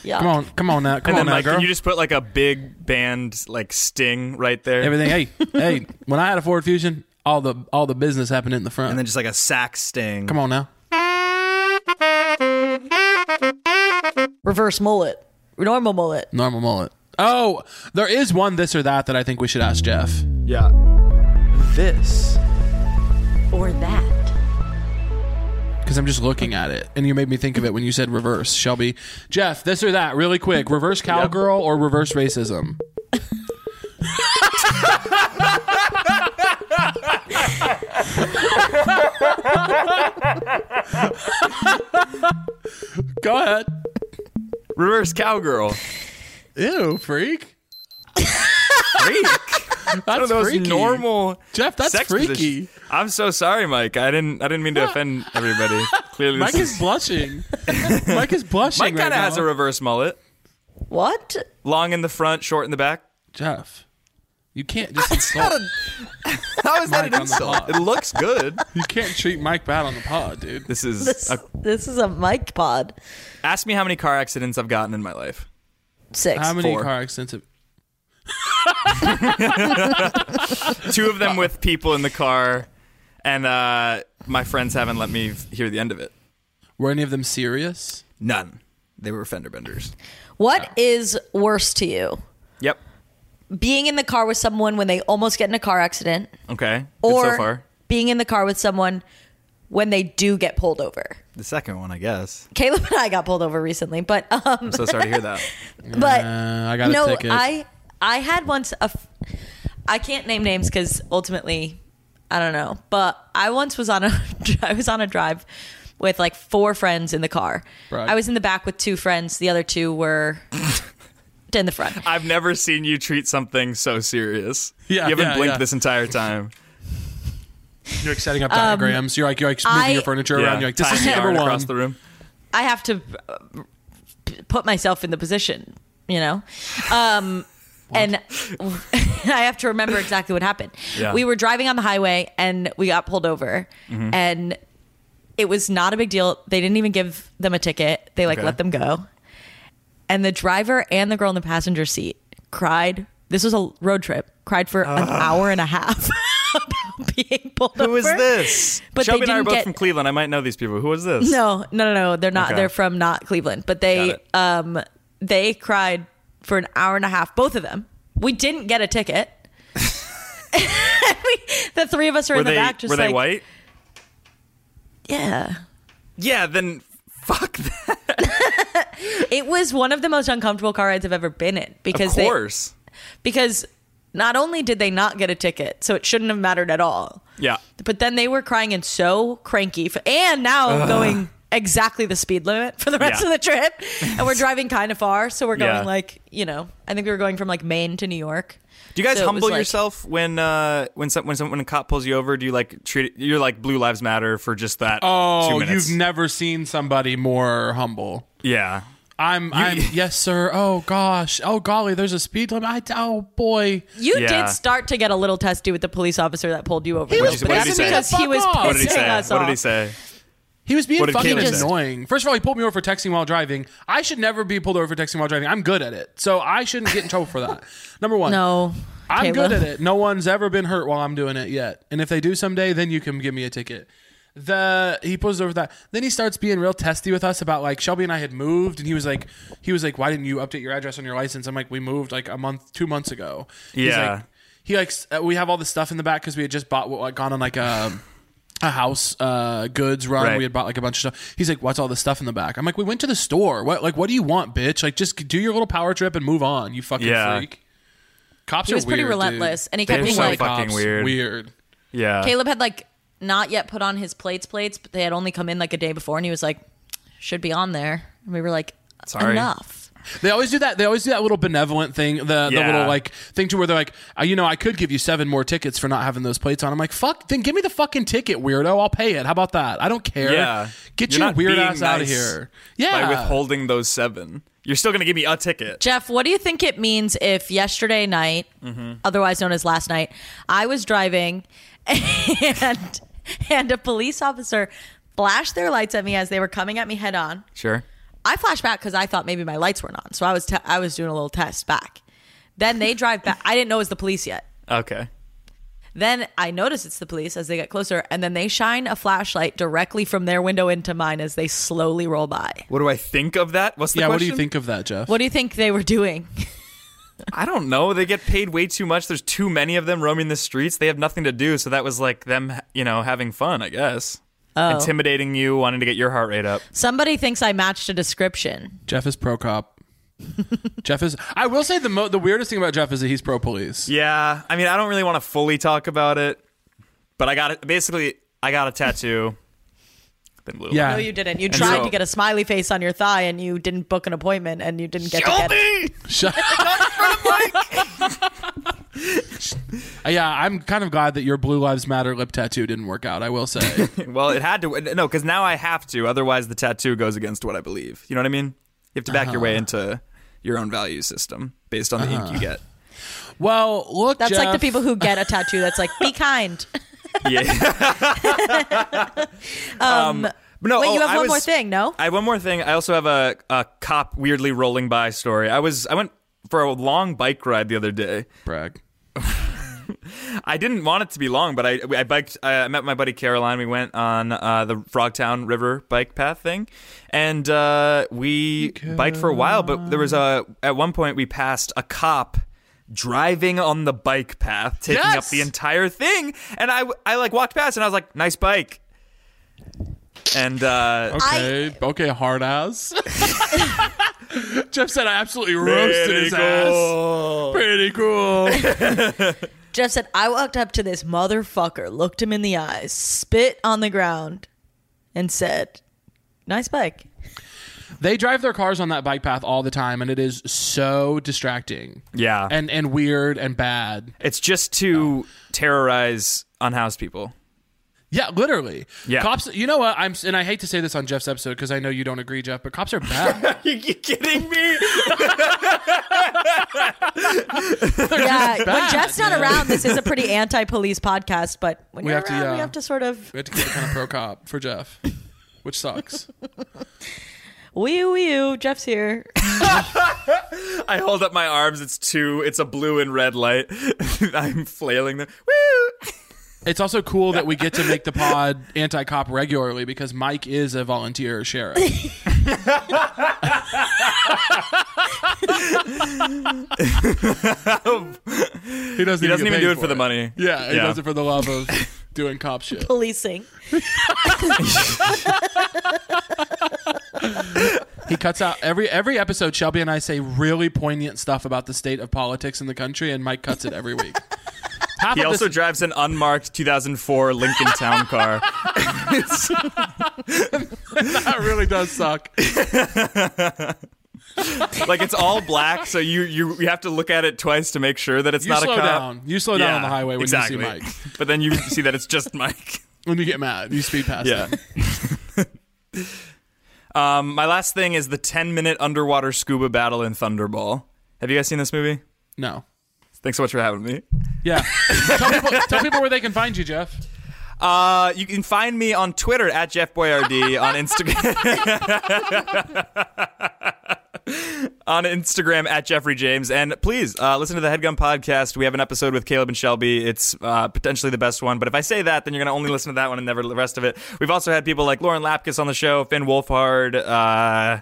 [SPEAKER 1] Yeah.
[SPEAKER 2] Come on, come on now. Come
[SPEAKER 3] And
[SPEAKER 2] on
[SPEAKER 3] then
[SPEAKER 2] now,
[SPEAKER 3] like
[SPEAKER 2] girl.
[SPEAKER 3] you just put like a big band like sting right there.
[SPEAKER 2] everything. Hey, hey. When I had a Ford Fusion, all the all the business happened in the front.
[SPEAKER 4] And then just like a sack sting.
[SPEAKER 2] come on now.
[SPEAKER 1] Reverse mullet. Normal mullet.
[SPEAKER 2] Normal mullet. Oh, there is one this or that that I think we should ask Jeff.
[SPEAKER 3] Yeah. This.
[SPEAKER 7] Or that.
[SPEAKER 2] Because I'm just looking at it, and you made me think of it when you said reverse. Shelby, Jeff, this or that, really quick. Reverse cowgirl or reverse racism? Go ahead. <laughs>
[SPEAKER 3] Reverse cowgirl.
[SPEAKER 2] Ew, freak.
[SPEAKER 3] Freak.
[SPEAKER 2] That's
[SPEAKER 3] One of those
[SPEAKER 2] freaky.
[SPEAKER 3] normal
[SPEAKER 2] Jeff, that's
[SPEAKER 3] sex
[SPEAKER 2] freaky.
[SPEAKER 3] position- I'm so sorry, Mike. I didn't. I
[SPEAKER 2] <laughs>
[SPEAKER 3] didn't mean to offend everybody. Clearly,
[SPEAKER 2] Mike is
[SPEAKER 3] <laughs>
[SPEAKER 2] blushing. Mike is blushing.
[SPEAKER 3] Mike
[SPEAKER 2] right
[SPEAKER 3] kind of has
[SPEAKER 2] now.
[SPEAKER 3] a reverse mullet,
[SPEAKER 1] What?
[SPEAKER 3] long in the front, short in the back.
[SPEAKER 2] Jeff. You
[SPEAKER 3] <laughs>
[SPEAKER 2] can't just insult.
[SPEAKER 3] How is
[SPEAKER 2] Mike on the pod.
[SPEAKER 3] It looks good.
[SPEAKER 2] You can't treat Mike bad on the pod, dude.
[SPEAKER 3] This is.
[SPEAKER 1] This,
[SPEAKER 3] a-
[SPEAKER 1] this is a mic pod.
[SPEAKER 3] ask me how many car accidents I've gotten in my life.
[SPEAKER 1] Six.
[SPEAKER 2] How many
[SPEAKER 3] four.
[SPEAKER 2] car accidents? have-
[SPEAKER 3] Two of them with people in the car, and uh, my friends haven't let me f- hear the end of it.
[SPEAKER 2] Were any of them serious?
[SPEAKER 4] None. They were fender benders.
[SPEAKER 1] What is worse to you?
[SPEAKER 3] Yep.
[SPEAKER 1] Being in the car with someone when they almost get in a car accident
[SPEAKER 3] Okay.
[SPEAKER 1] or
[SPEAKER 3] good so far.
[SPEAKER 1] being in the car with someone when they do get pulled over.
[SPEAKER 4] The second one, I guess.
[SPEAKER 1] Caleb and I got pulled over recently, but um
[SPEAKER 3] So sorry to hear that.
[SPEAKER 1] <laughs> but
[SPEAKER 2] Uh, I got a
[SPEAKER 1] no,
[SPEAKER 2] ticket.
[SPEAKER 1] I I had once a. F- I can't name names because ultimately, I don't know. But I once was on a <laughs> I was on a drive with like four friends in the car.
[SPEAKER 2] Right.
[SPEAKER 1] I was in the back with two friends. The other two
[SPEAKER 2] <laughs>
[SPEAKER 1] were in the front.
[SPEAKER 3] I've never seen you treat something so serious.
[SPEAKER 2] Yeah,
[SPEAKER 3] you haven't
[SPEAKER 2] yeah,
[SPEAKER 3] blinked
[SPEAKER 2] yeah.
[SPEAKER 3] this entire time.
[SPEAKER 2] You're like setting up diagrams. you're like you're like moving
[SPEAKER 1] I-
[SPEAKER 2] your furniture
[SPEAKER 3] Yeah,
[SPEAKER 2] around. <laughs> You're like this
[SPEAKER 3] tying
[SPEAKER 2] is
[SPEAKER 3] the
[SPEAKER 2] number
[SPEAKER 3] yarn
[SPEAKER 2] one.
[SPEAKER 3] across the room.
[SPEAKER 1] I have to uh, p- put myself in the position, you know? Um, and <laughs> I have to remember exactly what happened.
[SPEAKER 3] Yeah.
[SPEAKER 1] We were driving on the highway and we got pulled over
[SPEAKER 3] Mm-hmm.
[SPEAKER 1] and it was not a big deal. They didn't even give them a ticket. They like
[SPEAKER 3] Okay.
[SPEAKER 1] let them go. And the driver and the girl in the passenger seat cried. This was a road trip. Cried for
[SPEAKER 3] Ah.
[SPEAKER 1] an hour and a half <laughs> about being pulled over.
[SPEAKER 4] Who is this?
[SPEAKER 1] But
[SPEAKER 3] Shelby
[SPEAKER 1] they
[SPEAKER 3] and
[SPEAKER 1] didn't
[SPEAKER 3] I are both
[SPEAKER 1] get,
[SPEAKER 3] from Cleveland. I might know these people. Who is this?
[SPEAKER 1] no, no, no, no. They're not.
[SPEAKER 3] Okay.
[SPEAKER 1] They're from not Cleveland, but
[SPEAKER 3] Got
[SPEAKER 1] they
[SPEAKER 3] it.
[SPEAKER 1] um they cried for an hour and a half. Both of them. We didn't get a ticket. <laughs> we, the three of us are
[SPEAKER 3] Were
[SPEAKER 1] in the
[SPEAKER 3] they
[SPEAKER 1] back. Just
[SPEAKER 3] were
[SPEAKER 1] like
[SPEAKER 3] they white?
[SPEAKER 1] yeah.
[SPEAKER 3] Yeah, then fuck that.
[SPEAKER 1] It was one of the most uncomfortable car rides I've ever been in
[SPEAKER 3] Of
[SPEAKER 1] because they
[SPEAKER 3] course.
[SPEAKER 1] because not only did they not get a ticket, so it shouldn't have mattered at all.
[SPEAKER 3] yeah.
[SPEAKER 1] But then they were crying and so cranky, for, and now going exactly the speed limit for the rest
[SPEAKER 3] Yeah.
[SPEAKER 1] of the trip. And we're driving kind of far, so we're going
[SPEAKER 3] Yeah.
[SPEAKER 1] like you know, I think we were going from like Maine to New York.
[SPEAKER 3] Do you guys
[SPEAKER 1] So it was
[SPEAKER 3] humble
[SPEAKER 1] like-
[SPEAKER 3] yourself when uh when some, when some, when a cop pulls you over? Do you like treat it, you're like Blue Lives Matter for just that? two
[SPEAKER 2] Oh,
[SPEAKER 3] minutes?
[SPEAKER 2] you've never seen somebody more humble.
[SPEAKER 3] yeah.
[SPEAKER 2] I'm,
[SPEAKER 3] <laughs>
[SPEAKER 2] I'm, yes, sir. Oh gosh. Oh golly, there's a speed limit. I, oh boy.
[SPEAKER 1] You
[SPEAKER 3] Yeah.
[SPEAKER 1] did start to get a little testy with the police officer that pulled you over.
[SPEAKER 2] He
[SPEAKER 1] though,
[SPEAKER 2] was
[SPEAKER 1] but
[SPEAKER 3] pissing
[SPEAKER 1] that's
[SPEAKER 3] me
[SPEAKER 1] because
[SPEAKER 2] the
[SPEAKER 1] he was
[SPEAKER 2] fuck off.
[SPEAKER 1] pissing
[SPEAKER 3] What did he say?
[SPEAKER 1] Oh, us
[SPEAKER 3] What did he
[SPEAKER 1] off.
[SPEAKER 3] say?
[SPEAKER 2] He was being
[SPEAKER 3] What did
[SPEAKER 2] fucking
[SPEAKER 3] Caleb say?
[SPEAKER 2] annoying. First of all, he pulled me over for texting while driving. I should never be pulled over for texting while driving. I'm good at it, so I shouldn't get in trouble for that. Number one.
[SPEAKER 1] No,
[SPEAKER 2] I'm
[SPEAKER 1] Caleb.
[SPEAKER 2] good at it. No one's ever been hurt while I'm doing it yet. And if they do someday, then you can give me a ticket. the he poses over that. Then he starts being real testy with us about like Shelby and I had moved, and he was like, he was like, why didn't you update your address on your license? I'm like, we moved like a month, two months ago. He's
[SPEAKER 3] Yeah.
[SPEAKER 2] like, he likes uh, we have all the stuff in the back because we had just bought like gone on like a a house uh, goods run.
[SPEAKER 3] Right.
[SPEAKER 2] We had bought like a bunch of stuff. He's like, "What's all this stuff in the back?" I'm like, "We went to the store. What like what do you want, bitch? Like just do your little power trip and move on. You fucking
[SPEAKER 3] Yeah.
[SPEAKER 2] freak." Cops
[SPEAKER 1] He
[SPEAKER 2] are
[SPEAKER 1] was pretty
[SPEAKER 2] weird, dude.
[SPEAKER 1] relentless, and he
[SPEAKER 3] They're
[SPEAKER 1] kept being
[SPEAKER 3] so
[SPEAKER 1] like,
[SPEAKER 3] fucking
[SPEAKER 2] Cops,
[SPEAKER 3] weird.
[SPEAKER 2] Weird.
[SPEAKER 3] Yeah.
[SPEAKER 1] Caleb had like not yet put on his plates plates, but they had only come in like a day before, and he was like, should be on there. And we were like,
[SPEAKER 3] Sorry.
[SPEAKER 1] enough.
[SPEAKER 2] They always do that. They always do that little benevolent thing. The the
[SPEAKER 3] Yeah.
[SPEAKER 2] little like thing to where they're like, "Uh, you know, I could give you seven more tickets for not having those plates on. I'm like, fuck. Then give me the fucking ticket, weirdo. I'll pay it. How about that? I don't care.
[SPEAKER 3] Yeah.
[SPEAKER 2] Get
[SPEAKER 3] You're
[SPEAKER 2] your
[SPEAKER 3] not
[SPEAKER 2] weird
[SPEAKER 3] being
[SPEAKER 2] ass out of
[SPEAKER 3] nice
[SPEAKER 2] here. Yeah.
[SPEAKER 3] By withholding those seven, you're still going to give me a ticket.
[SPEAKER 1] Jeff, what do you think it means if yesterday night,
[SPEAKER 3] Mm-hmm.
[SPEAKER 1] otherwise known as last night, I was driving <laughs> and and a police officer flashed their lights at me as they were coming at me head on?
[SPEAKER 3] Sure.
[SPEAKER 1] I flashed back because I thought maybe my lights weren't on, so I was te- I was doing a little test back. Then they drive back. I didn't know it was the police yet.
[SPEAKER 3] Okay.
[SPEAKER 1] Then I notice it's the police as they get closer, and then they shine a flashlight directly from their window into mine as they slowly roll by.
[SPEAKER 3] What do I think of that? What's the
[SPEAKER 2] yeah. What do
[SPEAKER 3] question?
[SPEAKER 2] you think of that, Jeff?
[SPEAKER 1] What do you think they were doing? <laughs>
[SPEAKER 3] I don't know. They get paid way too much. There's too many of them roaming the streets. They have nothing to do. So that was like them, you know, having fun, I guess. Intimidating you, wanting to get your heart rate up.
[SPEAKER 1] Somebody thinks I matched a description.
[SPEAKER 2] Jeff is pro
[SPEAKER 3] <laughs>
[SPEAKER 2] cop. Jeff is. I will say the mo- the weirdest thing about Jeff is that he's pro police.
[SPEAKER 3] Yeah. I mean, I don't really want to fully talk about it, but I got it. Basically, I got a tattoo. <laughs> Been blue.
[SPEAKER 2] Yeah.
[SPEAKER 1] No, you didn't. You
[SPEAKER 3] And
[SPEAKER 1] tried
[SPEAKER 3] so-
[SPEAKER 1] to get a smiley face on your thigh, and you didn't book an appointment, and you didn't get to get.
[SPEAKER 3] Shelby!
[SPEAKER 2] Shut <laughs> yeah, I'm kind of glad that your Blue Lives Matter lip tattoo didn't work out. I will
[SPEAKER 3] <laughs>
[SPEAKER 2] say.
[SPEAKER 3] <laughs> Well, it had to. No, because now I have to. Otherwise, the tattoo goes against what I believe. You know what I mean? You have to back your way into your own value system based on the ink you get.
[SPEAKER 2] well, look,
[SPEAKER 1] That's like the
[SPEAKER 2] Jeff,
[SPEAKER 1] people who get a tattoo. That's like, be <laughs> kind.
[SPEAKER 3] Yeah. <laughs> um, no,
[SPEAKER 1] Wait, you
[SPEAKER 3] oh,
[SPEAKER 1] have
[SPEAKER 3] I
[SPEAKER 1] one
[SPEAKER 3] was-
[SPEAKER 1] more thing, no?
[SPEAKER 3] I have one more thing. I also have a, a cop weirdly rolling by story. I was I went for a long bike ride the other day.
[SPEAKER 2] brag.
[SPEAKER 3] I didn't want it to be long, but I I biked. I met my buddy Caroline. We went on uh, the Frogtown River bike path thing, and uh, we biked for a while. But there was a at one point we passed a cop driving on the bike path, taking up
[SPEAKER 2] Yes!
[SPEAKER 3] the entire thing, and I I like walked past and I was like, nice bike. And uh,
[SPEAKER 2] Okay, okay, hard
[SPEAKER 1] <laughs>
[SPEAKER 2] ass. Jeff said I absolutely roasted his ass. Pretty
[SPEAKER 3] <laughs>
[SPEAKER 2] cool.
[SPEAKER 1] Jeff said, I walked up to this motherfucker, looked him in the eyes, spit on the ground, and said, Nice bike.
[SPEAKER 2] <laughs> they drive their cars on that bike path all the time, and it is so distracting.
[SPEAKER 3] yeah, and
[SPEAKER 2] And and weird and bad.
[SPEAKER 3] it's just to terrorize unhoused <laughs> people.
[SPEAKER 2] Yeah, literally.
[SPEAKER 3] Yeah.
[SPEAKER 2] Cops. You know what? I'm and I hate to say this on Jeff's episode because I know you don't agree, Jeff, but cops are bad.
[SPEAKER 3] you kidding me?
[SPEAKER 1] Yeah, when
[SPEAKER 2] bad,
[SPEAKER 1] Jeff's not
[SPEAKER 2] yeah.
[SPEAKER 1] around, this is a pretty anti-police podcast. But when
[SPEAKER 2] We
[SPEAKER 1] you're
[SPEAKER 2] have to,
[SPEAKER 1] around,
[SPEAKER 2] yeah.
[SPEAKER 1] we have to sort of
[SPEAKER 2] we had to keep it kind of pro cop for Jeff, which sucks.
[SPEAKER 1] wee wee oo, Jeff's here. <laughs>
[SPEAKER 3] I hold up my arms. It's two. It's a blue and red light. <laughs> I'm flailing them. Woo!
[SPEAKER 2] It's also cool that we get to make the pod anti cop regularly because Mike is a volunteer
[SPEAKER 3] <laughs>
[SPEAKER 2] sheriff. he doesn't,
[SPEAKER 3] He doesn't
[SPEAKER 2] get
[SPEAKER 3] even
[SPEAKER 2] paid
[SPEAKER 3] do it for the money.
[SPEAKER 2] Yeah, he
[SPEAKER 3] Yeah.
[SPEAKER 2] does it for the love of doing cop shit.
[SPEAKER 1] Policing.
[SPEAKER 2] <laughs> He cuts out every every episode. Shelby and I say really poignant stuff about the state of politics in the country, and Mike cuts it every week. Half
[SPEAKER 3] <laughs> He
[SPEAKER 2] of
[SPEAKER 3] also
[SPEAKER 2] this-
[SPEAKER 3] drives an unmarked 2004 Lincoln
[SPEAKER 2] <laughs>
[SPEAKER 3] Town car. <laughs>
[SPEAKER 2] that really does suck.
[SPEAKER 3] like it's all black, so you you you have to look at it twice to make sure that it's
[SPEAKER 2] You
[SPEAKER 3] not
[SPEAKER 2] slow
[SPEAKER 3] a cop.
[SPEAKER 2] down. You slow down
[SPEAKER 3] Yeah,
[SPEAKER 2] on the highway when
[SPEAKER 3] exactly.
[SPEAKER 2] you see Mike.
[SPEAKER 3] <laughs> But then you see that it's just Mike. <laughs>
[SPEAKER 2] When you get mad, you speed past.
[SPEAKER 3] Yeah.
[SPEAKER 2] him.
[SPEAKER 3] um, my last thing is the 10 minute underwater scuba battle in Thunderball. Have you guys seen this movie?
[SPEAKER 2] No.
[SPEAKER 3] Thanks so much for having me.
[SPEAKER 2] Yeah. tell, people, tell people where they can find you, Jeff.
[SPEAKER 3] Uh, you can find me on Twitter at Jeff Boyardee on Instagram. <laughs> on Instagram at Jeffrey James. And please uh, listen to the Headgum podcast. We have an episode with Caleb and Shelby. It's uh, potentially the best one. But if I say that, then you're going to only listen to that one and never the rest of it. We've also had people like Lauren Lapkus on the show, Finn Wolfhard. Uh,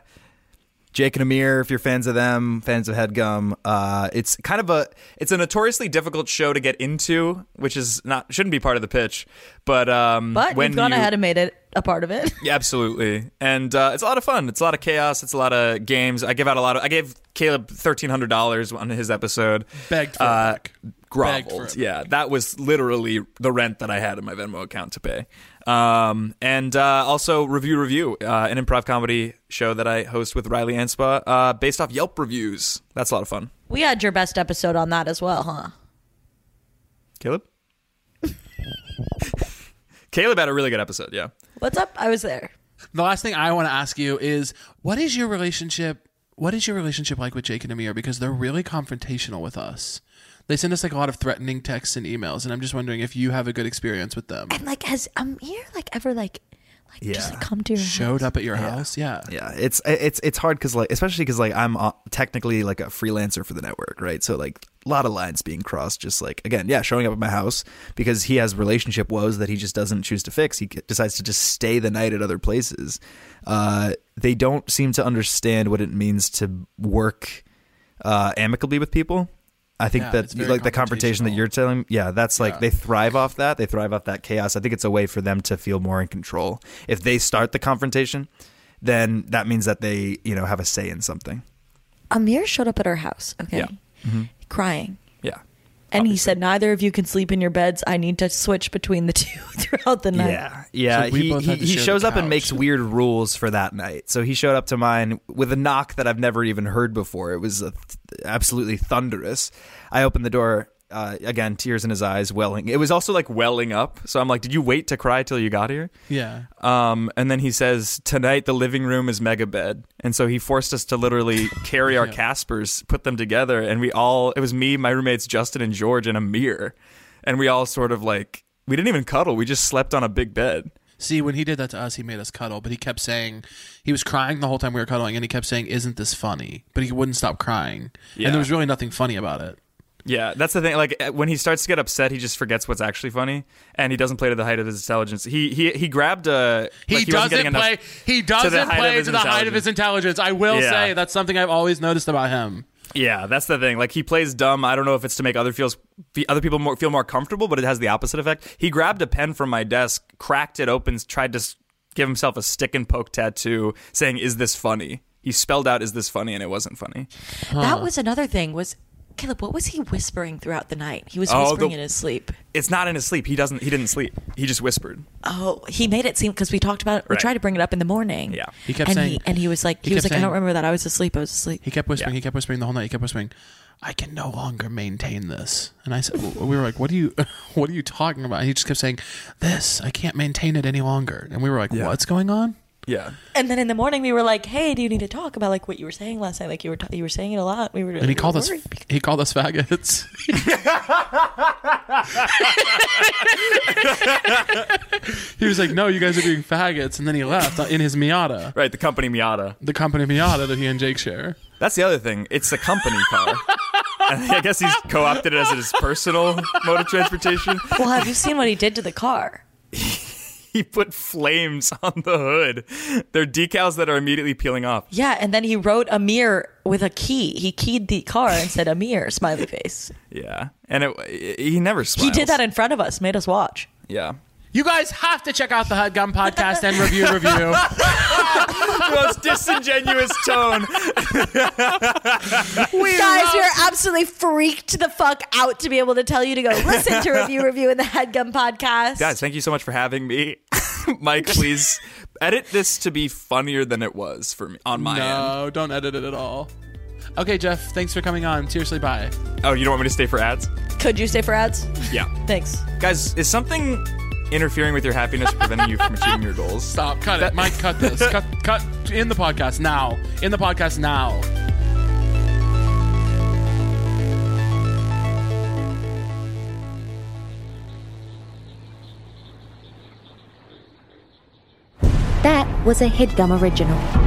[SPEAKER 4] Jake and Amir, if you're fans of them, fans of Headgum, uh, it's kind of a
[SPEAKER 3] it's a notoriously difficult show to get into, which is not shouldn't be part of the pitch. But um,
[SPEAKER 1] But
[SPEAKER 3] when
[SPEAKER 1] you've gone
[SPEAKER 3] you-
[SPEAKER 1] ahead and made it a part of it. <laughs>
[SPEAKER 3] Yeah, absolutely. And uh, it's a lot of fun. It's a lot of chaos. It's a lot of games. I give out a lot of. I gave Caleb thirteen hundred dollars on his episode.
[SPEAKER 2] Begged for it
[SPEAKER 3] uh,
[SPEAKER 2] back. Begged for
[SPEAKER 3] groveled.
[SPEAKER 2] it
[SPEAKER 3] yeah, that was literally the rent that I had in my Venmo account to pay. Um, and uh, also review review, uh, an improv comedy show that I host with Riley Anspa, uh, based off Yelp reviews. That's a lot of fun.
[SPEAKER 1] We had your best episode on that as well, huh?
[SPEAKER 3] Caleb. <laughs> Caleb had a really good episode. Yeah.
[SPEAKER 1] What's up? I was there.
[SPEAKER 2] The last thing I want to ask you is what is your relationship what is your relationship like with Jake and Amir because they're really confrontational with us. They send us like a lot of threatening texts and emails and I'm just wondering if you have a good experience with them.
[SPEAKER 1] And like, has um here like ever like like just like, come to your
[SPEAKER 2] Showed up at your house? Yeah.
[SPEAKER 4] yeah it's it's it's hard because like especially because like i'm uh, technically like a freelancer for the network right so like a lot of lines being crossed just like again yeah showing up at my house because he has relationship woes that he just doesn't choose to fix he decides to just stay the night at other places uh, they don't seem to understand what it means to work uh, amicably with people I think
[SPEAKER 2] Yeah, it's
[SPEAKER 4] that
[SPEAKER 2] very
[SPEAKER 4] like the confrontation that
[SPEAKER 2] confrontational.
[SPEAKER 4] you're telling, yeah, that's like
[SPEAKER 2] Yeah.
[SPEAKER 4] they thrive off that. They thrive off that chaos. I think it's a way for them to feel more in control. If they start the confrontation, then that means that they, you know, have a say in something.
[SPEAKER 1] Amir showed up at our house, okay,
[SPEAKER 3] Yeah.
[SPEAKER 2] Mm-hmm.
[SPEAKER 1] crying,
[SPEAKER 3] Yeah.
[SPEAKER 1] and he said, "Neither of you can sleep in your beds. I need to switch between the <laughs> two throughout the night."
[SPEAKER 4] yeah.
[SPEAKER 2] So we
[SPEAKER 4] he
[SPEAKER 2] both
[SPEAKER 4] he,
[SPEAKER 2] had to
[SPEAKER 4] he
[SPEAKER 2] share the
[SPEAKER 4] shows up and
[SPEAKER 2] couch.
[SPEAKER 4] makes weird rules for that night. So he showed up to mine with a knock that I've never even heard before. It was a th- absolutely thunderous. I opened the door. Uh, again, tears in his eyes, welling. It was also like
[SPEAKER 3] Like welling up. So I'm like, did you wait to cry till you got here?
[SPEAKER 2] Yeah.
[SPEAKER 3] Um, and then he says, "Tonight the living room is mega bed," and so he forced us
[SPEAKER 2] <laughs>
[SPEAKER 3] to literally carry our Caspers, put them together, and we all—it was me, my roommates Justin and George, and Amir, and we all sort of like we didn't even cuddle; we just slept on a big bed.
[SPEAKER 2] See, when he did that to us, he made us cuddle, but he kept saying he was crying the whole time we were cuddling and he kept saying isn't this funny? But he wouldn't stop crying.
[SPEAKER 3] Yeah.
[SPEAKER 2] And there was really nothing funny about it.
[SPEAKER 3] Yeah, that's the thing. Like eh, when he starts to get upset, he just forgets what's actually funny, and he doesn't play to the height of his intelligence. He he he grabbed a
[SPEAKER 2] He,
[SPEAKER 3] like, wasn't getting
[SPEAKER 2] doesn't
[SPEAKER 3] enough-
[SPEAKER 2] play. He
[SPEAKER 3] to the
[SPEAKER 2] doesn't
[SPEAKER 3] height of
[SPEAKER 2] play
[SPEAKER 3] his
[SPEAKER 2] to the height of his intelligence. I will
[SPEAKER 3] Yeah.
[SPEAKER 2] say that's something I've always noticed about him.
[SPEAKER 3] Yeah, that's the thing. Like he plays dumb. I don't know if it's to make other feels fe- other people more feel more comfortable, but it has the opposite effect. He grabbed a pen from my desk, cracked it open, tried to s- give himself a stick and poke tattoo, saying, "Is this funny?" He spelled out, "Is this funny?" and it wasn't funny.
[SPEAKER 1] That was another thing. Was Caleb? What was he whispering throughout the night? He was
[SPEAKER 3] Oh,
[SPEAKER 1] whispering
[SPEAKER 3] the-
[SPEAKER 1] in his sleep.
[SPEAKER 3] It's not in his sleep. He doesn't. He didn't sleep. He just whispered.
[SPEAKER 1] Oh, he made it seem because we talked about it. We
[SPEAKER 3] Right.
[SPEAKER 1] tried to bring it up in the morning.
[SPEAKER 3] Yeah.
[SPEAKER 2] He kept
[SPEAKER 1] and
[SPEAKER 2] saying-
[SPEAKER 1] he, and he was like,
[SPEAKER 2] he
[SPEAKER 1] he, was
[SPEAKER 2] kept
[SPEAKER 1] like, I
[SPEAKER 2] saying-
[SPEAKER 1] don't remember that. I was asleep. I was asleep.
[SPEAKER 2] He kept whispering.
[SPEAKER 3] Yeah.
[SPEAKER 2] He kept whispering the whole night. He kept whispering, "I can no longer maintain this." And I said, "We were like, what are you, <laughs> what are you talking about?" And he just kept saying, "This, I can't maintain it any longer." And we were like, "What's going on?"
[SPEAKER 3] Yeah.
[SPEAKER 1] And then in the morning, we were like, "Hey, do you need to talk about like what you were saying last night? Like you were ta- you were saying it a lot. We were."
[SPEAKER 2] And he called us. He called us <laughs> faggots. he was like, "No, you guys are being faggots," and then he left in his Miata,
[SPEAKER 3] Right. The company Miata.
[SPEAKER 2] the company Miata that he and Jake share.
[SPEAKER 3] That's the other thing. It's a company car. <laughs> And I guess he's co-opted it as his personal mode of transportation. <laughs>
[SPEAKER 1] Well, have you seen what he did to the car?
[SPEAKER 3] He put flames on the hood. They're decals that are immediately peeling off.
[SPEAKER 1] Yeah, and then he wrote Amir with a key. He keyed the car and said Amir smiley face.
[SPEAKER 3] Yeah, and it, he never
[SPEAKER 1] He
[SPEAKER 3] smiles.
[SPEAKER 1] did that in front of us, made us watch. <laughs>
[SPEAKER 3] yeah,
[SPEAKER 2] You guys have to check out the Hudgum podcast and review <laughs> review.
[SPEAKER 3] the most disingenuous tone.
[SPEAKER 1] Guys, we are absolutely freaked the fuck out to be able to tell you to go listen to review review in the Headgum podcast.
[SPEAKER 3] Guys, thank you so much for having me. <laughs> Mike, please edit this to be funnier than it was for me on my
[SPEAKER 2] No, don't edit it at all. Okay, Jeff, thanks for coming on. Seriously, bye.
[SPEAKER 3] end. Oh, you don't want me to stay for ads?
[SPEAKER 1] Could you stay for ads?
[SPEAKER 3] Yeah,
[SPEAKER 1] Thanks.
[SPEAKER 3] guys, is something interfering with your happiness, preventing you from achieving your goals?
[SPEAKER 2] Stop. Cut it. Mike, cut <laughs> this. cut, cut in the podcast now. In the podcast now.
[SPEAKER 8] That was a headgum original.